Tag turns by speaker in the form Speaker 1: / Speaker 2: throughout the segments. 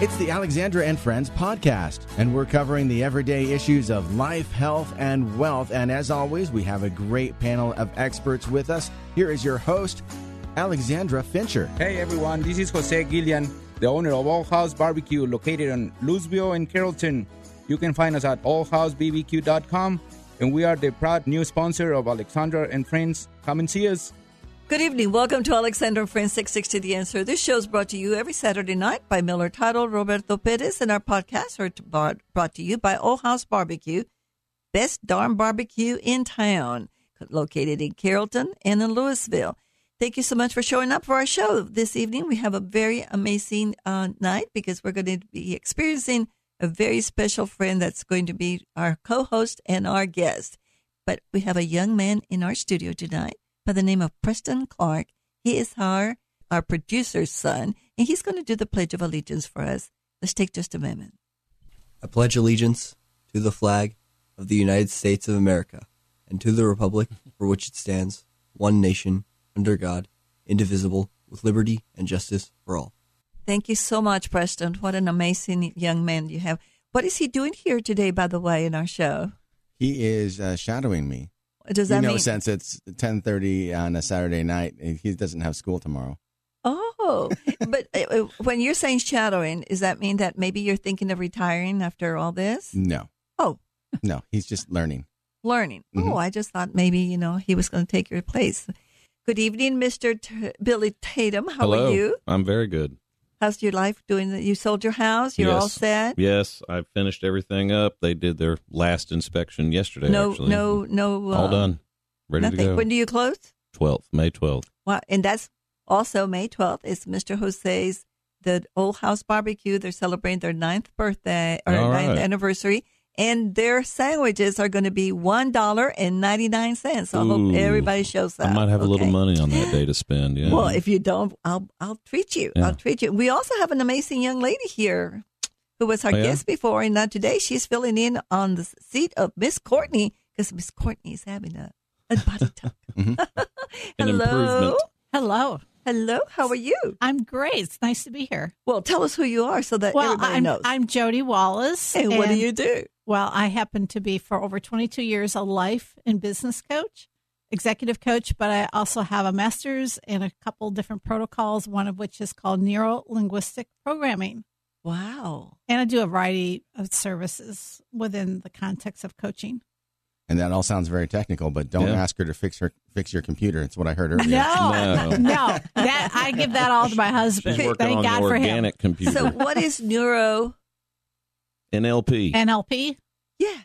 Speaker 1: It's the Alexandra and Friends podcast, and we're covering the everyday issues of life, health, and wealth. And as always, we have a great panel of experts with us. Here is your host, Alexandra Fincher.
Speaker 2: Hey everyone, this is Jose Gillian, the owner of All House Barbecue located on Louisville and Carrollton. You can find us at allhousebbq.com and we are the proud new sponsor of Alexandra and Friends. Come and see us.
Speaker 3: Good evening. Welcome to Alexander and Friends 660 The Answer. This show is brought to you every Saturday night by Miller Title, Roberto Perez, and our podcasts are t- bar- brought to you by Old House Barbecue, best darn barbecue in town, located in Carrollton and in Louisville. Thank you so much for showing up for our show this evening. We have a very amazing uh, night because we're going to be experiencing a very special friend that's going to be our co host and our guest. But we have a young man in our studio tonight by the name of Preston Clark. He is our, our producer's son, and he's going to do the Pledge of Allegiance for us. Let's take just a moment.
Speaker 4: I pledge allegiance to the flag of the United States of America and to the republic for which it stands, one nation, under God, indivisible, with liberty and justice for all.
Speaker 3: Thank you so much, Preston. What an amazing young man you have. What is he doing here today, by the way, in our show?
Speaker 1: He is uh, shadowing me.
Speaker 3: Does that
Speaker 1: you know,
Speaker 3: mean?
Speaker 1: since it's ten thirty on a Saturday night, he doesn't have school tomorrow.
Speaker 3: Oh, but uh, uh, when you're saying shadowing, does that mean that maybe you're thinking of retiring after all this?
Speaker 1: No,
Speaker 3: Oh,
Speaker 1: no, he's just learning.
Speaker 3: learning.
Speaker 1: Mm-hmm.
Speaker 3: Oh, I just thought maybe you know he was going to take your place. Good evening, Mister T- Billy Tatum. How
Speaker 5: Hello.
Speaker 3: are you?
Speaker 5: I'm very good.
Speaker 3: How's your life doing? You sold your house. You're all
Speaker 5: Yes.
Speaker 3: set.
Speaker 5: Yes, I finished everything up. They did their last inspection yesterday.
Speaker 3: no,
Speaker 5: actually.
Speaker 3: no, no.
Speaker 5: all
Speaker 3: uh,
Speaker 5: done, ready
Speaker 3: nothing.
Speaker 5: to go.
Speaker 3: When do you close?
Speaker 5: 12th, May 12th.
Speaker 3: Wow. And that's also May 12th is Mr. Jose's, the Old House Barbecue. They're celebrating their ninth birthday or
Speaker 5: All
Speaker 3: ninth
Speaker 5: right.
Speaker 3: anniversary. And their sandwiches are going to be $1.99. So I hope
Speaker 5: Ooh.
Speaker 3: everybody shows up.
Speaker 5: I might have a little
Speaker 3: okay?
Speaker 5: money on that day to spend. Yeah.
Speaker 3: Well, if you don't, I'll I'll treat you.
Speaker 5: Yeah.
Speaker 3: I'll treat you. We also have an amazing young lady here who was our
Speaker 5: Oh, yeah?
Speaker 3: guest before, and now today she's filling in on the seat of Miss Courtney because Miss Courtney is having a, a body tuck.
Speaker 5: Mm-hmm. An
Speaker 3: Hello.
Speaker 5: improvement.
Speaker 6: Hello.
Speaker 3: Hello, how are you?
Speaker 6: I'm great. It's nice to be here.
Speaker 3: Well, tell us who you are so that
Speaker 6: Well,
Speaker 3: Uh, everybody
Speaker 6: I'm,
Speaker 3: knows.
Speaker 6: I'm Jody Wallace.
Speaker 3: and what do you do?
Speaker 6: Well, I happen to be for over 22 years a life and business coach, executive coach, but I also have a master's and a couple different protocols, one of which is called neuro linguistic programming.
Speaker 3: Wow.
Speaker 6: And I do a variety of services within the context of coaching.
Speaker 1: And that all sounds very technical, but don't
Speaker 5: Yeah.
Speaker 1: ask her to fix her fix your computer. It's what I heard earlier.
Speaker 6: No,
Speaker 5: No.
Speaker 6: no, that I give that all to my husband.
Speaker 5: She's working
Speaker 6: Thank
Speaker 5: on
Speaker 6: God
Speaker 5: an
Speaker 6: for him.
Speaker 5: organic computer.
Speaker 3: So, what is neuro?
Speaker 5: NLP.
Speaker 6: NLP.
Speaker 3: Yeah.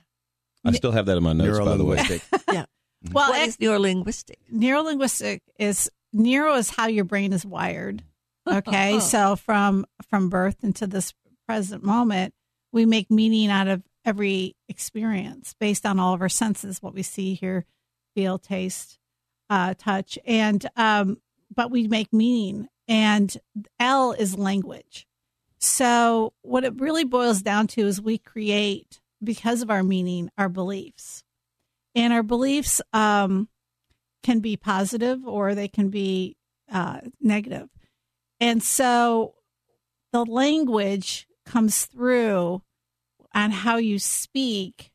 Speaker 5: I still have that in my notes, by the way.
Speaker 1: Neurolinguistic.
Speaker 6: Well,
Speaker 3: what is neurolinguistic?
Speaker 6: neurolinguistic is neuro is how your brain is wired okay so from from birth into this present moment we make meaning out of every experience based on all of our senses what we see hear feel taste uh, touch and um, but we make meaning and l is language so what it really boils down to is we create because of our meaning our beliefs and our beliefs um, can be positive or they can be uh, negative. And so the language comes through on how you speak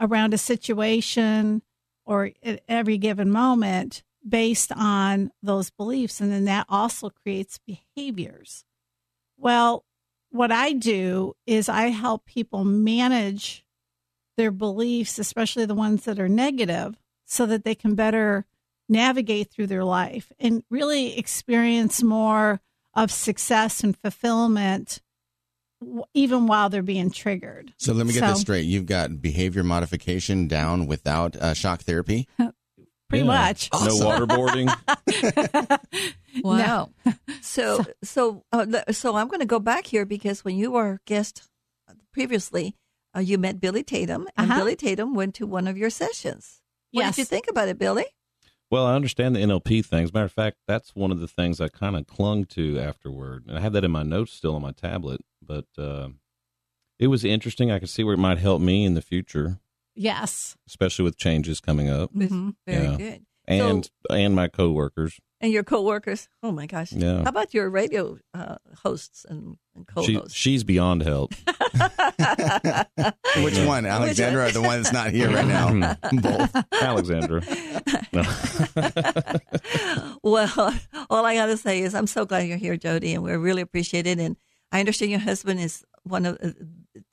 Speaker 6: around a situation or at every given moment based on those beliefs. And then that also creates behaviors. Well, what I do is I help people manage their beliefs, especially the ones that are negative, so that they can better navigate through their life and really experience more of success and fulfillment, w- even while they're being triggered.
Speaker 1: So let me get this
Speaker 6: So-
Speaker 1: straight. You've got behavior modification down without uh, shock therapy.
Speaker 5: Yeah.
Speaker 6: Pretty much.
Speaker 5: No waterboarding.
Speaker 6: Wow.
Speaker 3: So, so, uh, le- so I'm going to go back here because when you were a guest previously, uh, you met Billy Tatum, and
Speaker 6: Uh-huh.
Speaker 3: Billy Tatum went to one of your sessions. What
Speaker 6: Yes.
Speaker 3: did you think about it, Billy?
Speaker 5: Well, I understand the NLP thing. As a matter of fact, that's one of the things I kind of clung to afterward. And I have that in my notes still on my tablet, but uh, it was interesting. I could see where it might help me in the future,
Speaker 6: Yes.
Speaker 5: especially with changes coming up.
Speaker 6: Mhm.
Speaker 3: Very
Speaker 5: Yeah.
Speaker 3: good.
Speaker 5: and and my coworkers.
Speaker 3: and your coworkers. Oh my gosh!
Speaker 5: Yeah.
Speaker 3: How about your radio uh, hosts and, and
Speaker 5: She,
Speaker 3: co-hosts?
Speaker 5: she's beyond help.
Speaker 1: Which one, Alexandra, or the one that's not here right now? Both.
Speaker 5: Alexandra. No.
Speaker 3: well, all I got to say is I'm so glad you're here, Jody, and we really appreciate it. And I understand your husband is one of uh,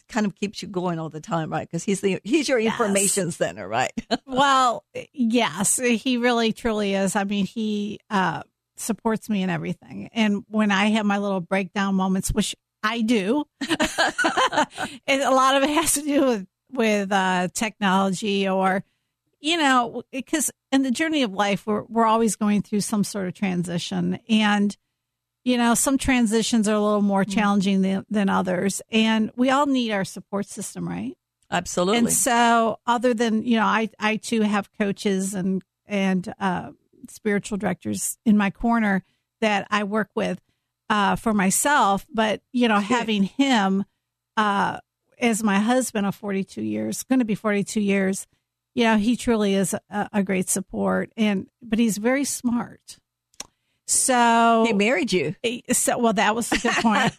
Speaker 3: kind of keeps you going all the time, right? Because he's the he's your
Speaker 6: Yes.
Speaker 3: information center, right?
Speaker 6: Well, yes, he really truly is. I mean, he uh, supports me in everything. And when I have my little breakdown moments, which I do, and a lot of it has to do with with uh, technology or you know because in the journey of life we're, we're always going through some sort of transition and you know some transitions are a little more challenging than, than others and we all need our support system right
Speaker 3: Absolutely.
Speaker 6: and so, other than you know, I I too have coaches and and uh, spiritual directors in my corner that I work with uh, for myself. But you know, having him uh, as my husband of forty two years, going to be forty two years, you know, he truly is a, a great support. And but he's very smart. So eh,
Speaker 3: he married you.
Speaker 6: so well that was a good point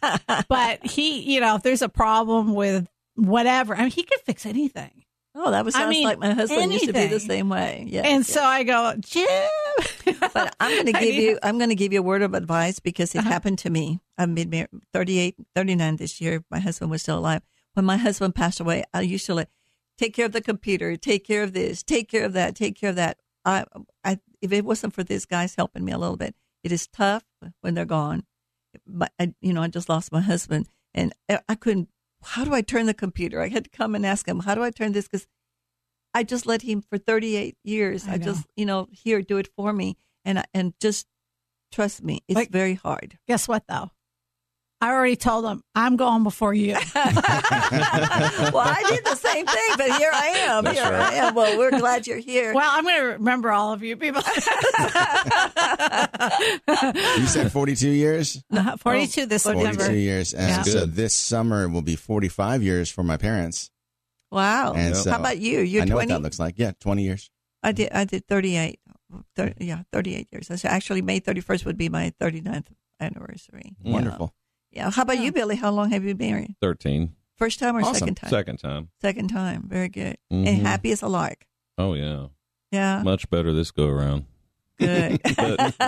Speaker 6: but he you know if there's a problem with whatever i mean he could fix anything
Speaker 3: Oh, that was
Speaker 6: I
Speaker 3: sounds
Speaker 6: mean,
Speaker 3: like my husband used to be the
Speaker 6: anything.
Speaker 3: same way. Yeah.
Speaker 6: and so i go jim
Speaker 3: but I'm going to
Speaker 6: I
Speaker 3: give
Speaker 6: mean-
Speaker 3: you I'm going to give you a word of advice because it happened to me. I've been married 38, 39 this year. My husband was still alive. When my husband passed away, I used to like take care of the computer, take care of this, take care of that, take care of that. I, I if it wasn't for these guys helping me a little bit, it is tough when they're gone. But I, you know, I just lost my husband, and I I couldn't. How do I turn the computer? I had to come and ask him, "How do I turn this?" Because I just let him for 38 years.
Speaker 6: I
Speaker 3: I,
Speaker 6: know.
Speaker 3: just, you know, here, do it for me. And I- and just trust me, it's
Speaker 6: Like-
Speaker 3: very hard.
Speaker 6: guess what though i already told him i'm going before you
Speaker 3: well, I did the same thing, but here I am.
Speaker 5: That's
Speaker 3: here I
Speaker 5: right.
Speaker 3: am. Well, we're glad you're here.
Speaker 6: well i'm going to remember all of you people Uh,
Speaker 1: You said 42 years?
Speaker 6: Uh, 42 this
Speaker 3: 42.
Speaker 6: september
Speaker 1: 42 years. And
Speaker 6: Yeah.
Speaker 1: so
Speaker 5: Good.
Speaker 1: this summer will be 45 years for my parents.
Speaker 3: wow.
Speaker 1: And
Speaker 5: Yep.
Speaker 1: so
Speaker 3: Oh. How about you? You're
Speaker 1: I know what
Speaker 3: 20?
Speaker 1: that looks like. Yeah, 20 years.
Speaker 3: I did, I did 38. Thir yeah, 38 years. That's actually May 31st would be my 39th anniversary. Yeah.
Speaker 1: Wonderful.
Speaker 3: Yeah. How about you, Billy? How long have you been married?
Speaker 5: 13.
Speaker 3: First time or
Speaker 1: Awesome.
Speaker 3: second time?
Speaker 5: Second time.
Speaker 3: Second time. Very good.
Speaker 5: Mhm.
Speaker 3: And happy as a lark.
Speaker 5: Oh, yeah.
Speaker 3: Yeah.
Speaker 5: Much better this go around.
Speaker 3: Good.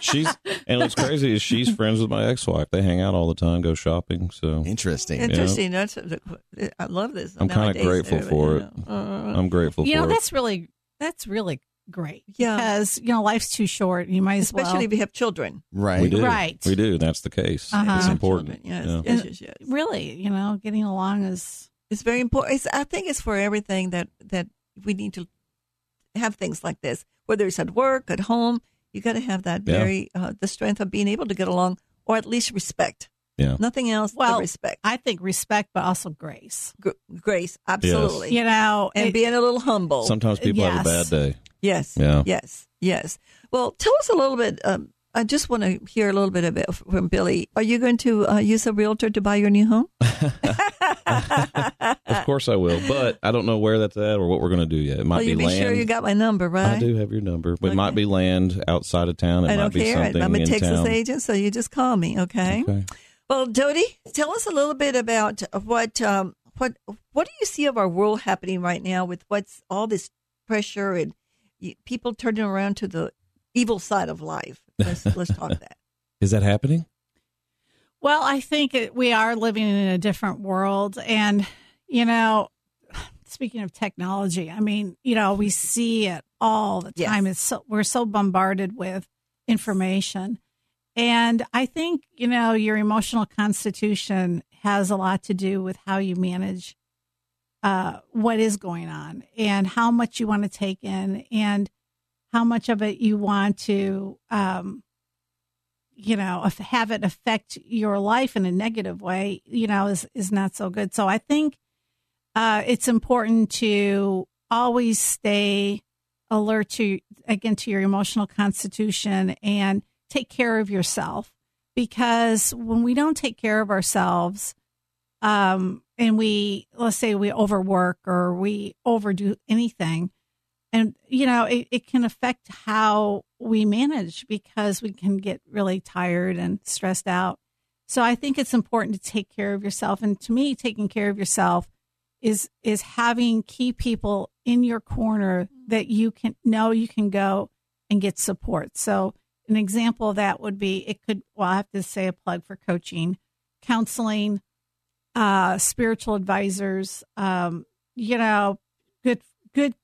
Speaker 5: She's and what's crazy is she's friends with my ex-wife. They hang out all the time, go shopping. So
Speaker 1: Interesting.
Speaker 3: Interesting. That's I love this.
Speaker 5: I'm kinda
Speaker 3: Nowadays,
Speaker 5: grateful for it.
Speaker 3: everybody, you know. Uh,
Speaker 5: I'm grateful
Speaker 6: you know
Speaker 5: for it.
Speaker 6: that's really that's really great
Speaker 3: Yeah.
Speaker 6: because you know life's too short you might as
Speaker 3: especially
Speaker 6: well
Speaker 3: if you have children.
Speaker 1: Right.
Speaker 5: We do,
Speaker 6: Right.
Speaker 5: We do. That's the case.
Speaker 6: Uh-huh.
Speaker 5: It's important.
Speaker 3: Children,
Speaker 5: Yeah.
Speaker 3: Yes, yes, yes, yes.
Speaker 6: really you know getting along is
Speaker 3: It's very important. It's, I think it's for everything that that we need to have things like this, whether it's at work, at home. You got to have that
Speaker 5: Yeah.
Speaker 3: very uh, the strength of being able to get along, or at least respect.
Speaker 5: Yeah.
Speaker 3: Nothing else. but
Speaker 6: Well,
Speaker 3: respect,
Speaker 6: I think respect, but also grace.
Speaker 3: Gr- grace, absolutely,
Speaker 6: You know,
Speaker 3: and
Speaker 6: it-
Speaker 3: being a little humble.
Speaker 5: Sometimes people have a
Speaker 6: Yes.
Speaker 5: bad day.
Speaker 3: Yes.
Speaker 5: Yeah.
Speaker 3: Yes. Yes. Well, tell us a little bit. Um, I just want to hear a little bit of it from Billy. Are you going to uh, use a realtor to buy your new home?
Speaker 5: Of course I will, but I don't know where that's at or what we're going to do yet. It
Speaker 3: Uh,
Speaker 5: might
Speaker 3: well, Oh, you
Speaker 5: be
Speaker 3: be
Speaker 5: land.
Speaker 3: sure you got my number, right?
Speaker 5: I do have your number. It
Speaker 3: Okay.
Speaker 5: might be land outside of town. It
Speaker 3: I
Speaker 5: might
Speaker 3: don't
Speaker 5: be
Speaker 3: care.
Speaker 5: something
Speaker 3: I'm a
Speaker 5: in
Speaker 3: Texas
Speaker 5: town.
Speaker 3: agent, so you just call me, okay?
Speaker 5: Okay.
Speaker 3: Well, Dodie, tell us a little bit about what um, what what do you see of our world happening right now with what's all this pressure and y- people turning around to the evil side of life. Let's, let's talk that.
Speaker 5: Is that happening?
Speaker 6: well, I think it, we are living in a different world. And, you know, speaking of technology, I mean, you know, we see it all the
Speaker 3: Yes.
Speaker 6: time. It's so, we're so bombarded with information. And I think, you know, your emotional constitution has a lot to do with how you manage uh, what is going on and how much you want to take in and how much of it you want to, um, you know, af- have it affect your life in a negative way, you know, is, is not so good. So I think uh, it's important to always stay alert to, again, to your emotional constitution and take care of yourself because when we don't take care of ourselves, um, and we let's say we overwork or we overdo anything, and you know it, it can affect how we manage because we can get really tired and stressed out so i think it's important to take care of yourself and to me taking care of yourself is is having key people in your corner that you can know you can go and get support so an example of that would be it could well i have to say a plug for coaching counseling uh spiritual advisors um you know good good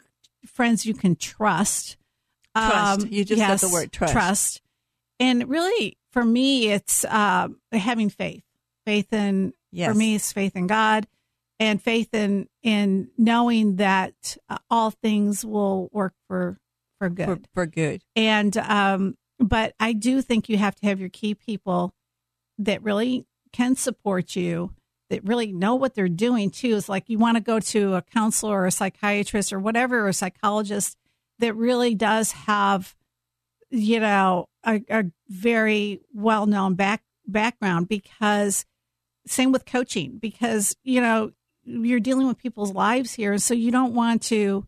Speaker 6: friends you can trust. Um,
Speaker 3: Trust. You just said the word trust.
Speaker 6: Trust. And really, for me, it's uh, having faith. Faith in
Speaker 3: Yes.
Speaker 6: for me is faith in God, and faith in in knowing that uh, all things will work for for good.
Speaker 3: For, for good.
Speaker 6: and um, but I do think you have to have your key people that really can support you that really know what they're doing too is like you want to go to a counselor or a psychiatrist or whatever or a psychologist that really does have you know a, a very well-known back background because same with coaching because you know you're dealing with people's lives here so you don't want to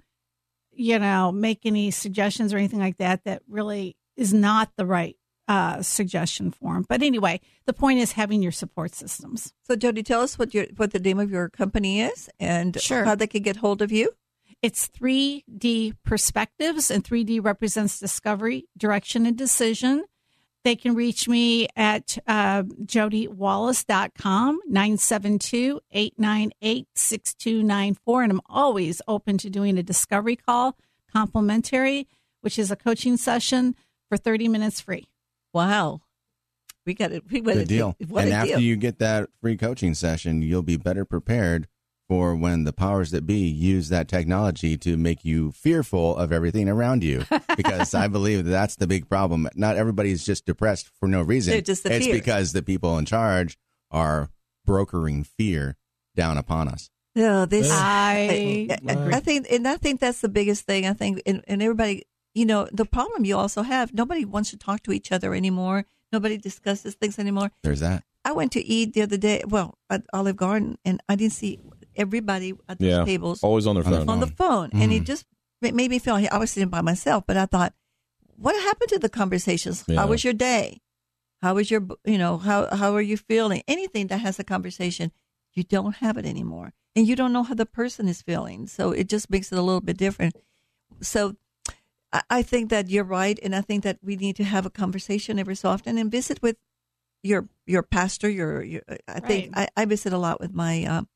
Speaker 6: you know make any suggestions or anything like that that really is not the right uh, suggestion form but anyway the point is having your support systems
Speaker 3: So, Jody, tell us what your what the name of your company is and
Speaker 6: Sure.
Speaker 3: how they can get hold of you.
Speaker 6: It's 3D perspectives, and 3D represents discovery, direction, and decision. They can reach me at uh, jodywallace.com, 972 898 6294. And I'm always open to doing a discovery call, complimentary, which is a coaching session for 30 minutes free.
Speaker 3: Wow. We got it. We what a
Speaker 1: Good deal.
Speaker 3: What
Speaker 1: and
Speaker 3: a
Speaker 1: after
Speaker 3: deal.
Speaker 1: you get that free coaching session, you'll be better prepared for when the powers that be use that technology to make you fearful of everything around you. Because I believe that that's the big problem. Not everybody's just depressed for no reason.
Speaker 3: They're just the
Speaker 1: it's
Speaker 3: fear.
Speaker 1: because the people in charge are brokering fear down upon us.
Speaker 3: no, Oh, this.
Speaker 6: I
Speaker 3: I, I- I
Speaker 6: agree.
Speaker 3: think, and I think that's the biggest thing. I think, and, and everybody, you know, the problem you also have. Nobody wants to talk to each other anymore. Nobody discusses things anymore.
Speaker 1: There's that.
Speaker 3: I went to eat the other day. Well, at Olive Garden, and I didn't see everybody at those
Speaker 5: Yeah.
Speaker 3: tables
Speaker 5: Always on Mm. their
Speaker 1: On the
Speaker 5: phone.
Speaker 3: on the phone, and it just it made me feel. I was sitting by myself, but I thought, what happened to the conversations?
Speaker 5: Yeah.
Speaker 3: How was your day? How was your you know how how are you feeling? Anything that has a conversation, you don't have it anymore, and you don't know how the person is feeling. So it just makes it a little bit different. So. I- I think that you're right, and I think that we need to have a conversation every so often and visit with your your pastor. Your, your I think I, I visit a lot with my um,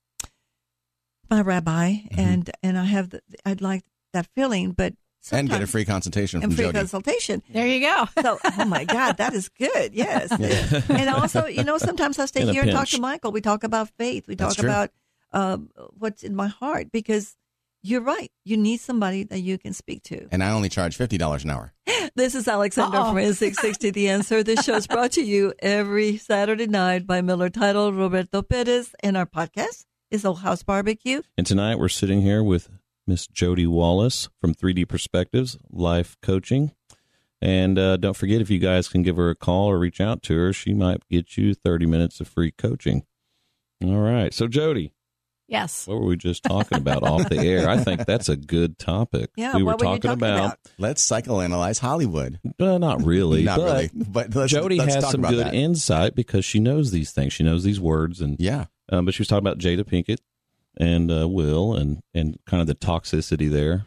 Speaker 3: my rabbi
Speaker 1: Mm-hmm.
Speaker 3: and and I have the, I'd like that feeling, but
Speaker 1: and get a
Speaker 3: sometimes-
Speaker 1: free consultation from
Speaker 3: and free
Speaker 1: Jody.
Speaker 3: consultation.
Speaker 6: There you go.
Speaker 3: So, oh my God, that is good. Yes,
Speaker 1: Yeah.
Speaker 3: and also, you know, sometimes I stay
Speaker 5: In a
Speaker 3: here and talk
Speaker 5: pinch.
Speaker 3: to Michael. We talk about faith. We
Speaker 1: That's
Speaker 3: talk
Speaker 1: true.
Speaker 3: about um, what's in my heart because you're right. You need somebody that you can speak to.
Speaker 1: and I only charge $50 an hour.
Speaker 3: This is Alexander
Speaker 6: Uh-oh.
Speaker 3: from N660 The Answer. This show is brought to you every Saturday night by Miller Title, Roberto Perez, and our podcast is Old House Barbecue.
Speaker 5: And tonight we're sitting here with Miss Jody Wallace from 3D Perspectives Life Coaching. And uh, don't forget, if you guys can give her a call or reach out to her, she might get you 30 minutes of free coaching. All right. So, Jody,
Speaker 6: Yes.
Speaker 5: what were we just talking about off the air? I think that's a good topic.
Speaker 3: Yeah,
Speaker 5: we
Speaker 3: what were you talking about?
Speaker 1: Let's psychoanalyze Hollywood.
Speaker 5: Uh, not really.
Speaker 1: Not
Speaker 5: but
Speaker 1: really. But let's,
Speaker 5: Jody
Speaker 1: let's
Speaker 5: has
Speaker 1: talk
Speaker 5: some
Speaker 1: about
Speaker 5: good
Speaker 1: that.
Speaker 5: insight because she knows these things. She knows these words and
Speaker 1: yeah.
Speaker 5: um, but she was talking about Jada Pinkett and uh, Will and and kind of the toxicity there.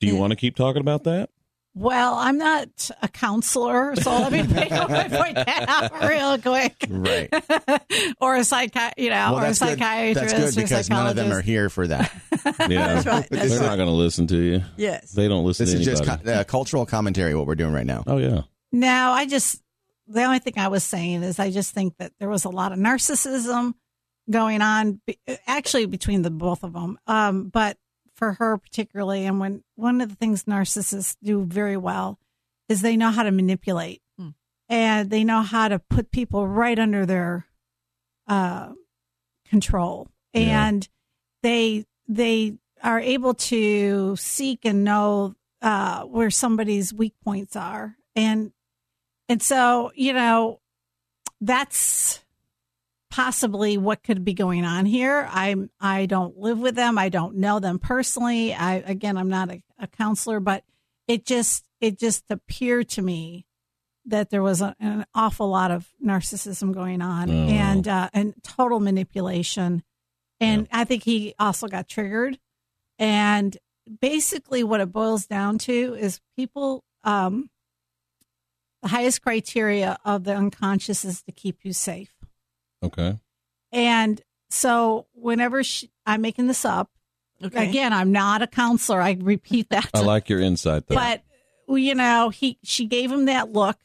Speaker 5: Do you
Speaker 3: Yeah.
Speaker 5: want to keep talking about that?
Speaker 6: Well, I'm not a counselor, so let me pick up my point that out real quick.
Speaker 1: Right.
Speaker 6: or a psychi- you know, or a
Speaker 1: Good.
Speaker 6: psychiatrist
Speaker 1: That's good
Speaker 6: or
Speaker 1: because
Speaker 6: psychologist.
Speaker 1: none of them are here for that.
Speaker 5: Yeah,
Speaker 3: That's right.
Speaker 5: they're
Speaker 3: That's
Speaker 5: not going to listen to you.
Speaker 3: Yes.
Speaker 5: They don't listen
Speaker 1: This
Speaker 5: to
Speaker 1: is
Speaker 5: anybody.
Speaker 1: just co- uh, cultural commentary. What we're doing right now.
Speaker 5: oh yeah,
Speaker 6: no, I just the only thing I was saying is I just think that there was a lot of narcissism going on, be- actually between the both of them. Um, but for her particularly, and when one of the things narcissists do very well is they know how to manipulate,
Speaker 3: Hmm.
Speaker 6: and they know how to put people right under their uh, control,
Speaker 5: Yeah.
Speaker 6: and they they are able to seek and know uh, where somebody's weak points are, and and so you know that's possibly what could be going on here. I'm I don't live with them. I don't know them personally. I again I'm not a, a counselor, but it just it just appeared to me that there was a, an awful lot of narcissism going on
Speaker 5: Oh.
Speaker 6: and uh, and total manipulation, and I think he also got triggered, and basically what it boils down to is people. Um, the highest criteria of the unconscious is to keep you safe.
Speaker 5: Okay.
Speaker 6: And so whenever she, I'm making this up,
Speaker 3: Okay.
Speaker 6: again, I'm not a counselor. I repeat that.
Speaker 5: I like your insight though.
Speaker 6: but well, you know, he she gave him that look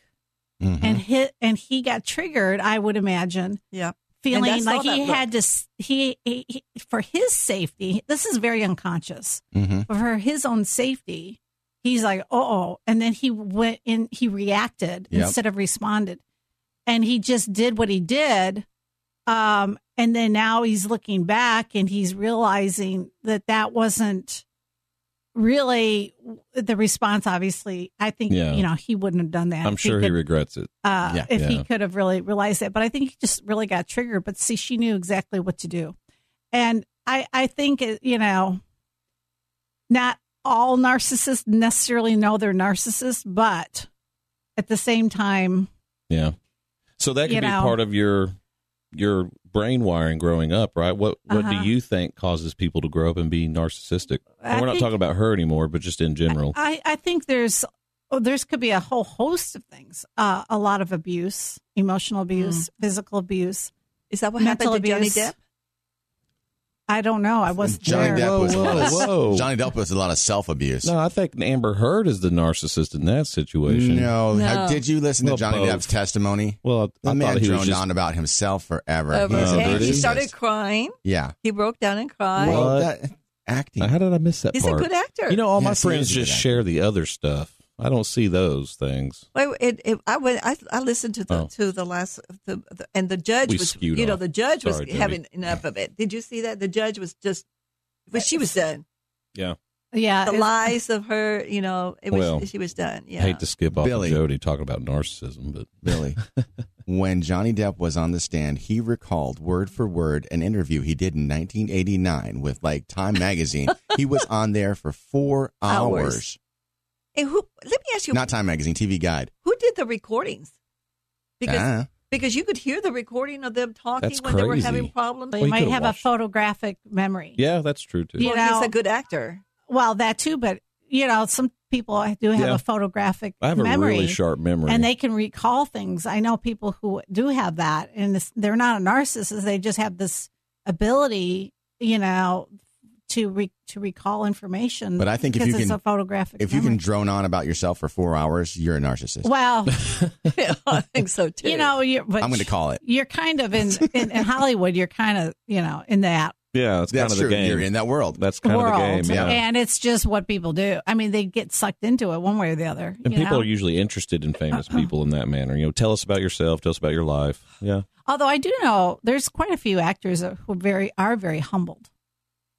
Speaker 5: Mm-hmm.
Speaker 1: Mhm.
Speaker 6: and hit and he got triggered, I would imagine.
Speaker 3: Yeah. And I
Speaker 6: Feeling
Speaker 3: saw
Speaker 6: like he
Speaker 3: that look.
Speaker 6: had to s- he, he, he for his safety. This is very unconscious.
Speaker 1: Mhm.
Speaker 5: Mm-hmm.
Speaker 6: But for his own safety, he's like, "Oh." And then he went in he reacted
Speaker 1: Yep.
Speaker 6: instead of responded. And he just did what he did. Um and then now he's looking back and he's realizing that that wasn't really the response obviously i think
Speaker 5: Yeah.
Speaker 6: you know he wouldn't have done that
Speaker 5: I'm
Speaker 6: if
Speaker 5: sure
Speaker 6: could,
Speaker 5: he regrets it.
Speaker 6: uh,
Speaker 1: Yeah.
Speaker 6: if
Speaker 5: Yeah.
Speaker 6: he could have really realized that. But I think he just really got triggered. But see, she knew exactly what to do, and I I think it- you know, not all narcissists necessarily know they're narcissists, but at the same time,
Speaker 5: Yeah. So that could
Speaker 6: You
Speaker 5: be
Speaker 6: know.
Speaker 5: part of your your brain wiring growing up, right? What what
Speaker 6: Uh-huh.
Speaker 5: do you think causes people to grow up and be narcissistic? And
Speaker 6: I
Speaker 5: we're not
Speaker 6: think-
Speaker 5: talking about her anymore, but just in general.
Speaker 6: I I think there's. Oh, there's could be a whole host of things. Uh, a lot of abuse, emotional abuse, physical abuse.
Speaker 3: Is that Mm. what
Speaker 6: Mental
Speaker 3: happened to Johnny
Speaker 6: abuse.
Speaker 3: Depp?
Speaker 6: I don't know. I wasn't
Speaker 1: Johnny
Speaker 6: there.
Speaker 1: Depp was
Speaker 5: Whoa,
Speaker 1: a lot of,
Speaker 5: whoa, whoa.
Speaker 1: Johnny Depp was a lot of self abuse.
Speaker 5: no, I think Amber Heard is the narcissist in that situation.
Speaker 1: No. How-
Speaker 3: No.
Speaker 1: did you listen
Speaker 5: Well,
Speaker 1: to Johnny
Speaker 5: both.
Speaker 1: Depp's testimony?
Speaker 5: Well, I,
Speaker 1: The
Speaker 5: I
Speaker 1: man
Speaker 5: thought he was
Speaker 1: droned
Speaker 5: just
Speaker 1: on about himself forever.
Speaker 3: Over
Speaker 1: He's
Speaker 5: Oh,
Speaker 1: a
Speaker 5: there
Speaker 3: and
Speaker 5: it
Speaker 3: he
Speaker 5: is.
Speaker 3: started
Speaker 1: narcissist.
Speaker 3: crying.
Speaker 1: Yeah.
Speaker 3: He broke down and cried.
Speaker 5: Well,
Speaker 1: Well,
Speaker 5: What?
Speaker 1: that acting.
Speaker 5: How did I miss that
Speaker 3: He's
Speaker 5: part?
Speaker 3: a good actor.
Speaker 5: You know, all my
Speaker 1: Yes, he is
Speaker 5: friends
Speaker 1: a good
Speaker 5: just
Speaker 1: actor.
Speaker 5: share the other stuff. I don't see those things.
Speaker 3: Well, it, it, I went. I, I listened to the
Speaker 5: Oh.
Speaker 3: to the last the, the and the judge
Speaker 5: We
Speaker 3: was
Speaker 5: skewed
Speaker 3: you know
Speaker 5: off.
Speaker 3: the judge was
Speaker 5: Sorry, Jody.
Speaker 3: having enough of it. Did you see that? The judge was just, but she was done.
Speaker 5: Yeah.
Speaker 6: Yeah,
Speaker 3: The
Speaker 6: it's-
Speaker 3: lies of her, you know, it was
Speaker 5: Well,
Speaker 3: she was done. Yeah.
Speaker 5: hate to skip off
Speaker 1: Billy.
Speaker 5: of Jody talking about narcissism, but
Speaker 1: Really? when Johnny Depp was on the stand, he recalled word for word an interview he did in 1989 with like Time Magazine. he was on there for four hours.
Speaker 3: Hours. and who? Let me ask you,
Speaker 1: Not Time Magazine, TV Guide.
Speaker 3: who did the recordings? Because
Speaker 1: Ah.
Speaker 3: because you could hear the recording of them talking
Speaker 5: That's
Speaker 3: when they were having
Speaker 5: crazy.
Speaker 3: problems.
Speaker 6: they
Speaker 5: Well, you
Speaker 6: might
Speaker 5: could've
Speaker 6: have
Speaker 5: watched.
Speaker 6: a photographic memory.
Speaker 5: yeah, that's true too.
Speaker 6: Yeah. you
Speaker 3: well,
Speaker 6: know-
Speaker 3: he's a good actor.
Speaker 6: Well, that too, but you know, some people do have
Speaker 5: Yeah.
Speaker 6: a photographic
Speaker 5: I have
Speaker 6: memory,
Speaker 5: a really sharp memory.
Speaker 6: and they can recall things. I know people who do have that, and this, they're not a narcissist; they just have this ability, you know, to re, to recall information.
Speaker 1: But I think if
Speaker 6: because
Speaker 1: you
Speaker 6: it's
Speaker 1: can-
Speaker 6: a photographic,
Speaker 1: If you can
Speaker 6: memory.
Speaker 1: drone on about yourself for four hours, you're a narcissist.
Speaker 6: well,
Speaker 3: yeah, I think so too.
Speaker 6: you know, you're, but
Speaker 1: I'm going to call it.
Speaker 6: You're kind of in, in in Hollywood. You're kind of you know in that
Speaker 5: yeah, that's,
Speaker 1: That's
Speaker 5: kind of
Speaker 1: true.
Speaker 5: the game.
Speaker 1: You're in that world.
Speaker 5: that's kind
Speaker 6: world,
Speaker 5: of the game. Yeah.
Speaker 6: and it's just what people do. I mean, they get sucked into it one way or the other.
Speaker 5: And
Speaker 6: you
Speaker 5: people
Speaker 6: know?
Speaker 5: are usually interested in famous people in that manner. You know, tell us about yourself. Tell us about your life. Yeah.
Speaker 6: Although I do know there's quite a few actors who very are very humbled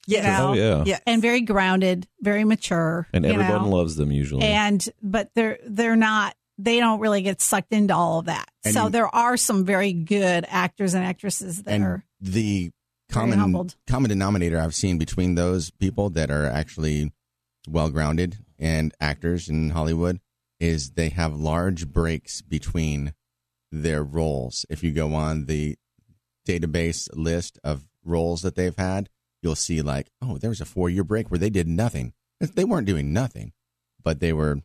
Speaker 3: yes.
Speaker 6: you know,
Speaker 5: Oh, yeah.
Speaker 3: Yes.
Speaker 6: and very grounded, very mature,
Speaker 5: And
Speaker 6: you
Speaker 5: everyone
Speaker 6: know?
Speaker 5: loves them usually.
Speaker 6: and but they're they're not they don't really get sucked into all of that.
Speaker 1: And
Speaker 6: so
Speaker 1: you-
Speaker 6: there are some very good actors and actresses that
Speaker 1: and
Speaker 6: are
Speaker 1: the
Speaker 6: very
Speaker 1: common
Speaker 6: humbled.
Speaker 1: common denominator I've seen between those people that are actually well grounded and actors in Hollywood is they have large breaks between their roles. If you go on the database list of roles that they've had, you'll see like, oh, there was a four year break where they did nothing. They weren't doing nothing, but they were,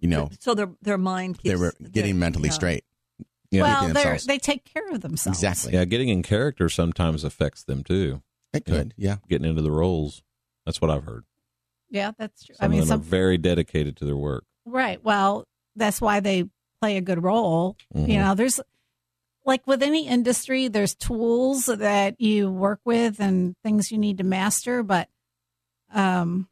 Speaker 1: you know,
Speaker 3: So their their mind keeps
Speaker 1: they were getting
Speaker 3: their-
Speaker 1: mentally
Speaker 3: yeah.
Speaker 1: straight.
Speaker 5: yeah.
Speaker 6: well
Speaker 1: Taking
Speaker 6: they
Speaker 1: themselves.
Speaker 6: they take care of themselves
Speaker 1: Exactly.
Speaker 5: yeah. Getting in character sometimes affects them too.
Speaker 1: It could. Yeah.
Speaker 5: Getting into the roles. That's what I've heard.
Speaker 6: Yeah, that's true.
Speaker 5: Some
Speaker 6: I mean,
Speaker 5: of them
Speaker 6: some
Speaker 5: are very dedicated to their work.
Speaker 6: right. Well, that's why they play a good role
Speaker 5: Mhm.
Speaker 6: you know there's like with any industry there's tools that you work with and things you need to master but um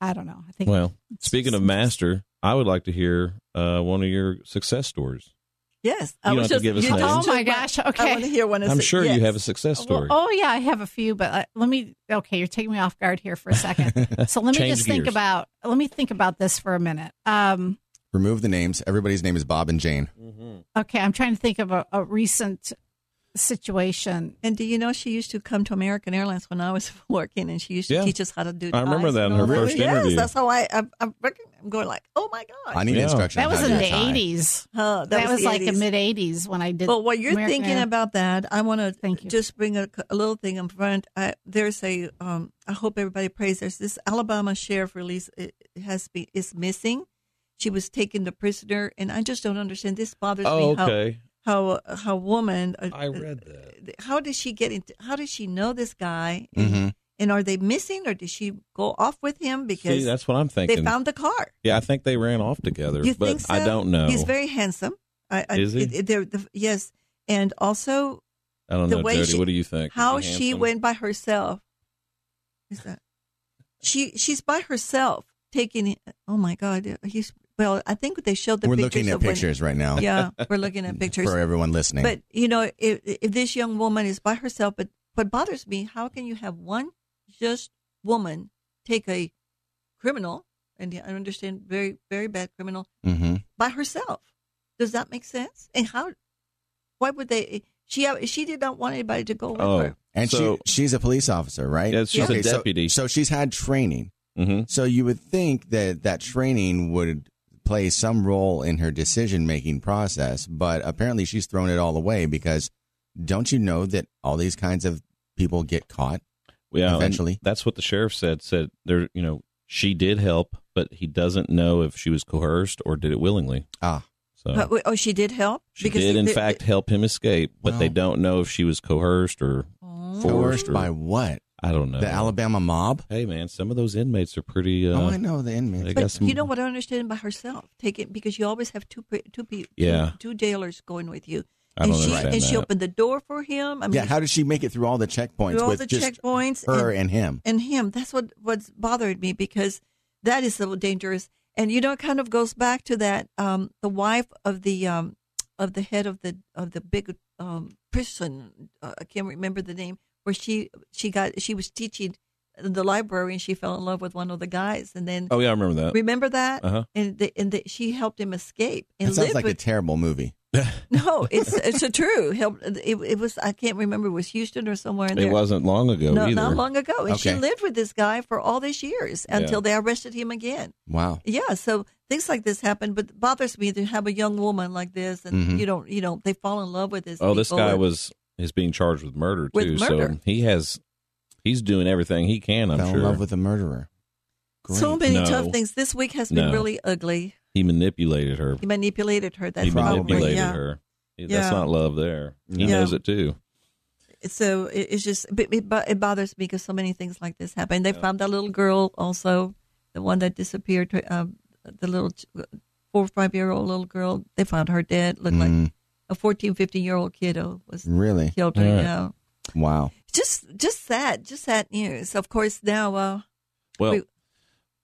Speaker 6: i don't know i think
Speaker 5: Well, speaking of master, I would like to hear uh, one of your success stories.
Speaker 3: Yes.
Speaker 5: You don't
Speaker 3: was
Speaker 5: have to give us
Speaker 3: you
Speaker 5: names.
Speaker 3: just-
Speaker 6: Oh, my gosh,
Speaker 3: I
Speaker 6: okay.
Speaker 3: want to hear one. of
Speaker 5: I'm
Speaker 3: the-
Speaker 5: sure
Speaker 3: yes.
Speaker 5: you have a success story.
Speaker 6: Well, oh yeah i have a few but uh, let me okay you're taking me off guard here for a second so let me
Speaker 5: Change
Speaker 6: just think
Speaker 5: gears.
Speaker 6: about let me think about this for a minute um
Speaker 5: Mm-hmm.
Speaker 1: Remove the names. Everybody's name is Bob and Jane.
Speaker 6: okay i'm trying to think of a, a recent situation.
Speaker 3: And do you know she used to come to American Airlines when I was working, and she used to
Speaker 5: Yeah.
Speaker 3: teach us how to do.
Speaker 5: I remember
Speaker 3: ties
Speaker 5: that in
Speaker 3: and
Speaker 5: her
Speaker 3: all
Speaker 5: first
Speaker 3: yes,
Speaker 5: interview.
Speaker 3: that's how I. I'm, I'm reckon- I'm going like, oh my gosh.
Speaker 1: I need
Speaker 5: Yeah.
Speaker 1: instruction.
Speaker 6: That
Speaker 1: on
Speaker 6: was
Speaker 1: how
Speaker 6: in
Speaker 1: to
Speaker 6: the
Speaker 1: tie.
Speaker 6: 80s.
Speaker 3: Huh,
Speaker 6: That, was,
Speaker 3: the
Speaker 6: like the
Speaker 3: 80s.
Speaker 6: mid 80s when I did.
Speaker 3: But while you're
Speaker 6: American
Speaker 3: thinking
Speaker 6: Air-
Speaker 3: about that, I want
Speaker 6: Thank
Speaker 3: to
Speaker 6: you.
Speaker 3: just bring a, a little thing in front. I, there's a. Um, I hope everybody prays. There's this Alabama sheriff release. It, it has been is missing. She was taken to prisoner, and I just don't understand. This bothers
Speaker 5: Oh,
Speaker 3: me. how-
Speaker 5: okay.
Speaker 3: How how a woman? uh,
Speaker 5: I read that.
Speaker 3: How did she get into? How did she know this guy?
Speaker 1: Mm-hmm.
Speaker 3: And, and are they missing, or did she go off with him because
Speaker 5: See, that's what I'm
Speaker 3: they
Speaker 5: thinking.
Speaker 3: found the car?
Speaker 5: yeah, I think they ran off together,
Speaker 3: You
Speaker 5: but
Speaker 3: think so?
Speaker 5: I don't know.
Speaker 3: He's very handsome. I, I,
Speaker 5: Is he?
Speaker 3: it- it- they're the, yes, and also
Speaker 5: I don't
Speaker 3: the
Speaker 5: know,
Speaker 3: way
Speaker 5: Jody.
Speaker 3: she-
Speaker 5: what do you think?
Speaker 3: how
Speaker 5: Is he
Speaker 3: she
Speaker 5: handsome?
Speaker 3: went by herself. Is that she? She's by herself taking. Oh my God! He's well. I think they showed the.
Speaker 1: We're
Speaker 3: pictures
Speaker 1: looking at
Speaker 3: of when-
Speaker 1: pictures right now
Speaker 3: yeah, we're looking at pictures.
Speaker 1: for everyone listening.
Speaker 3: But you know, if, if this young woman is by herself, but what bothers me, how can you have one just woman take a criminal, and I understand very very bad criminal
Speaker 1: mm-hmm.
Speaker 3: by herself? Does that make sense? And how? Why would they? She she did not want anybody to go with
Speaker 5: Oh,
Speaker 3: her.
Speaker 1: And
Speaker 5: so,
Speaker 1: she, she's a police officer, right?
Speaker 5: Yeah, she's a
Speaker 1: so-
Speaker 5: deputy.
Speaker 1: So, she's had training.
Speaker 5: Mhm.
Speaker 1: So you would think that that training would play some role in her decision making process, but apparently she's thrown it all away because don't you know that all these kinds of people get caught?
Speaker 5: yeah, and
Speaker 1: eventually.
Speaker 5: that's what the sheriff said. Said there, you know, she did help, but he doesn't know if she was coerced or did it willingly.
Speaker 1: Ah,
Speaker 5: So
Speaker 3: Uh, wait, oh, she did help.
Speaker 5: she did, in
Speaker 3: the-
Speaker 5: fact, help him escape, but they
Speaker 1: Well-
Speaker 5: don't know if she was coerced or
Speaker 3: Oh.
Speaker 5: Forced
Speaker 1: coerced
Speaker 5: or-
Speaker 1: by what?
Speaker 5: I don't know.
Speaker 1: The Alabama mob?
Speaker 5: hey, man, some of those inmates are pretty. Uh,
Speaker 1: oh, I know the
Speaker 5: they
Speaker 1: inmates.
Speaker 5: got
Speaker 3: But
Speaker 5: some-
Speaker 3: you know what I understand by herself. Take it because you always have two pe- two people,
Speaker 5: Yeah.
Speaker 3: two, two jailers going with you.
Speaker 5: I
Speaker 3: and
Speaker 5: don't
Speaker 3: she
Speaker 5: understand
Speaker 3: and she
Speaker 5: that.
Speaker 3: opened the door for him. I mean,
Speaker 1: yeah, how did she make it through all the checkpoints
Speaker 3: through all
Speaker 1: with
Speaker 3: the
Speaker 1: just
Speaker 3: checkpoints
Speaker 1: her
Speaker 3: and,
Speaker 1: and him?
Speaker 3: and him. That's what what's bothered me because that is so dangerous. And you know, it kind of goes back to that um, the wife of the um, of the head of the of the big um, prison. Uh, I can't remember the name. Where she she got she was teaching in the library and she fell in love with one of the guys and then
Speaker 5: Oh yeah, I remember that.
Speaker 3: remember that
Speaker 5: Uh-huh.
Speaker 3: and the, and the, she helped him escape and
Speaker 1: It sounds
Speaker 3: live
Speaker 1: like a
Speaker 3: with
Speaker 1: terrible movie.
Speaker 3: no it's it's a true help it, it was I can't remember it was Houston or somewhere in
Speaker 5: It
Speaker 3: there
Speaker 5: wasn't long ago
Speaker 3: no,
Speaker 5: either.
Speaker 3: not long ago and she
Speaker 1: Okay.
Speaker 3: lived with this guy for all these years
Speaker 5: Yeah.
Speaker 3: until they arrested him again
Speaker 1: Wow.
Speaker 3: yeah so things like this happen but it bothers me to have a young woman like this and
Speaker 1: Mhm.
Speaker 3: you don't you know they fall in love with this
Speaker 5: Mm-hmm. Oh, this
Speaker 3: people
Speaker 5: guy
Speaker 3: and-
Speaker 5: was is being charged with murder
Speaker 3: With
Speaker 5: too. So
Speaker 3: murder.
Speaker 5: he has he's doing everything he can. I'm
Speaker 1: Fell
Speaker 5: sure
Speaker 1: in love with a murderer.
Speaker 3: so many
Speaker 5: No.
Speaker 3: tough things this week has been
Speaker 5: No.
Speaker 3: really ugly
Speaker 5: he manipulated her.
Speaker 3: he manipulated her that's
Speaker 5: he
Speaker 3: probably
Speaker 5: manipulated
Speaker 3: yeah
Speaker 5: her. That's
Speaker 3: Yeah.
Speaker 5: not love. There, he
Speaker 3: Yeah.
Speaker 5: knows it too.
Speaker 3: so it, it's just but it, bo- it bothers me because so many things like this happen. They found that little girl also, the one that disappeared, um, the little ch- four or five year old little girl. They found her dead. Looked like a 14, 15 year old kiddo was
Speaker 1: Mm, Really?
Speaker 3: killed her.
Speaker 5: All right.
Speaker 3: Yeah,
Speaker 1: Wow.
Speaker 3: just just sad, just sad news. Of course, now uh,
Speaker 5: Well,
Speaker 3: Wait.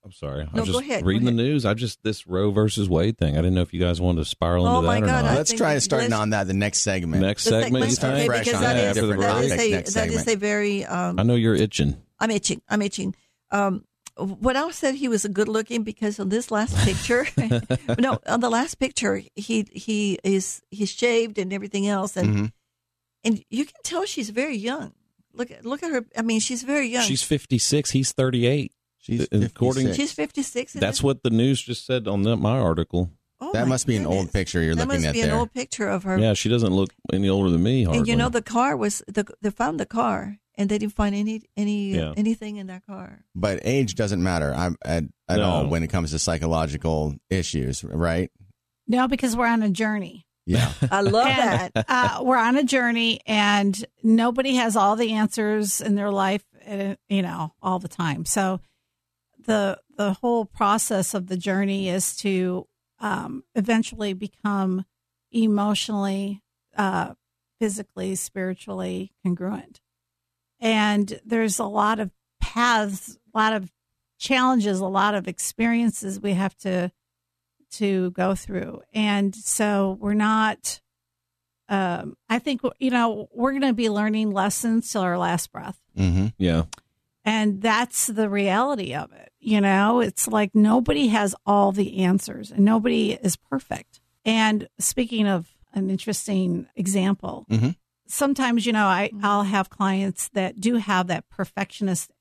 Speaker 5: I'm sorry. I'm
Speaker 3: No,
Speaker 5: just
Speaker 3: go ahead, go
Speaker 5: reading the
Speaker 3: ahead.
Speaker 5: news. I just this Roe versus Wade thing. I didn't know if you guys wanted to spiral
Speaker 3: Oh,
Speaker 5: into
Speaker 3: my
Speaker 5: that or
Speaker 3: God,
Speaker 5: not.
Speaker 3: I
Speaker 1: Let's
Speaker 3: think
Speaker 1: try starting
Speaker 3: let's-
Speaker 1: on that the next segment.
Speaker 5: Next
Speaker 3: the
Speaker 5: segment, you
Speaker 1: segment,
Speaker 5: think?
Speaker 3: okay,
Speaker 1: Fresh
Speaker 3: because
Speaker 1: on
Speaker 3: that
Speaker 1: it.
Speaker 3: is,
Speaker 1: Different
Speaker 3: that is
Speaker 1: topic,
Speaker 3: a
Speaker 1: next
Speaker 3: that is
Speaker 1: segment.
Speaker 3: a very um,
Speaker 5: I know you're itching.
Speaker 3: I'm itching. I'm itching. Um, when I said he was a good looking because on this last picture, no, on the last picture he he is he's shaved and everything else, and
Speaker 1: Mhm.
Speaker 3: and you can tell she's very young. Look at look at her. I mean, she's very young.
Speaker 5: She's 56. He's 38.
Speaker 1: She's
Speaker 5: According-
Speaker 1: 56.
Speaker 3: she's fifty six.
Speaker 5: That's what the news just said on that, my article.
Speaker 1: that must be an old picture you're
Speaker 3: oh that
Speaker 1: looking
Speaker 3: must
Speaker 1: at
Speaker 3: be
Speaker 1: there.
Speaker 3: an old picture of her.
Speaker 5: Yeah, she doesn't look any older than me. Hardly.
Speaker 3: and you know the car was the they found the car and they didn't find any any
Speaker 5: Yeah.
Speaker 3: anything in that car.
Speaker 1: but age doesn't matter I, at, at
Speaker 5: No.
Speaker 1: all when it comes to psychological issues, right?
Speaker 6: No, because we're on a journey.
Speaker 1: Yeah.
Speaker 3: I love
Speaker 6: And,
Speaker 3: that.
Speaker 6: uh, we're on a journey, and nobody has all the answers in their life, uh, you know, all the time. So the the whole process of the journey is to um, eventually become emotionally, uh, physically, spiritually congruent. And there's a lot of paths, a lot of challenges, a lot of experiences we have to to go through, and so we're not um, I think you know we're going to be learning lessons till our last breath,
Speaker 1: hmm
Speaker 5: yeah,
Speaker 6: and that's the reality of it. You know, it's like nobody has all the answers, and nobody is perfect. And speaking of an interesting example,
Speaker 1: Mhm.
Speaker 6: sometimes you know I I'll have clients that do have that perfectionist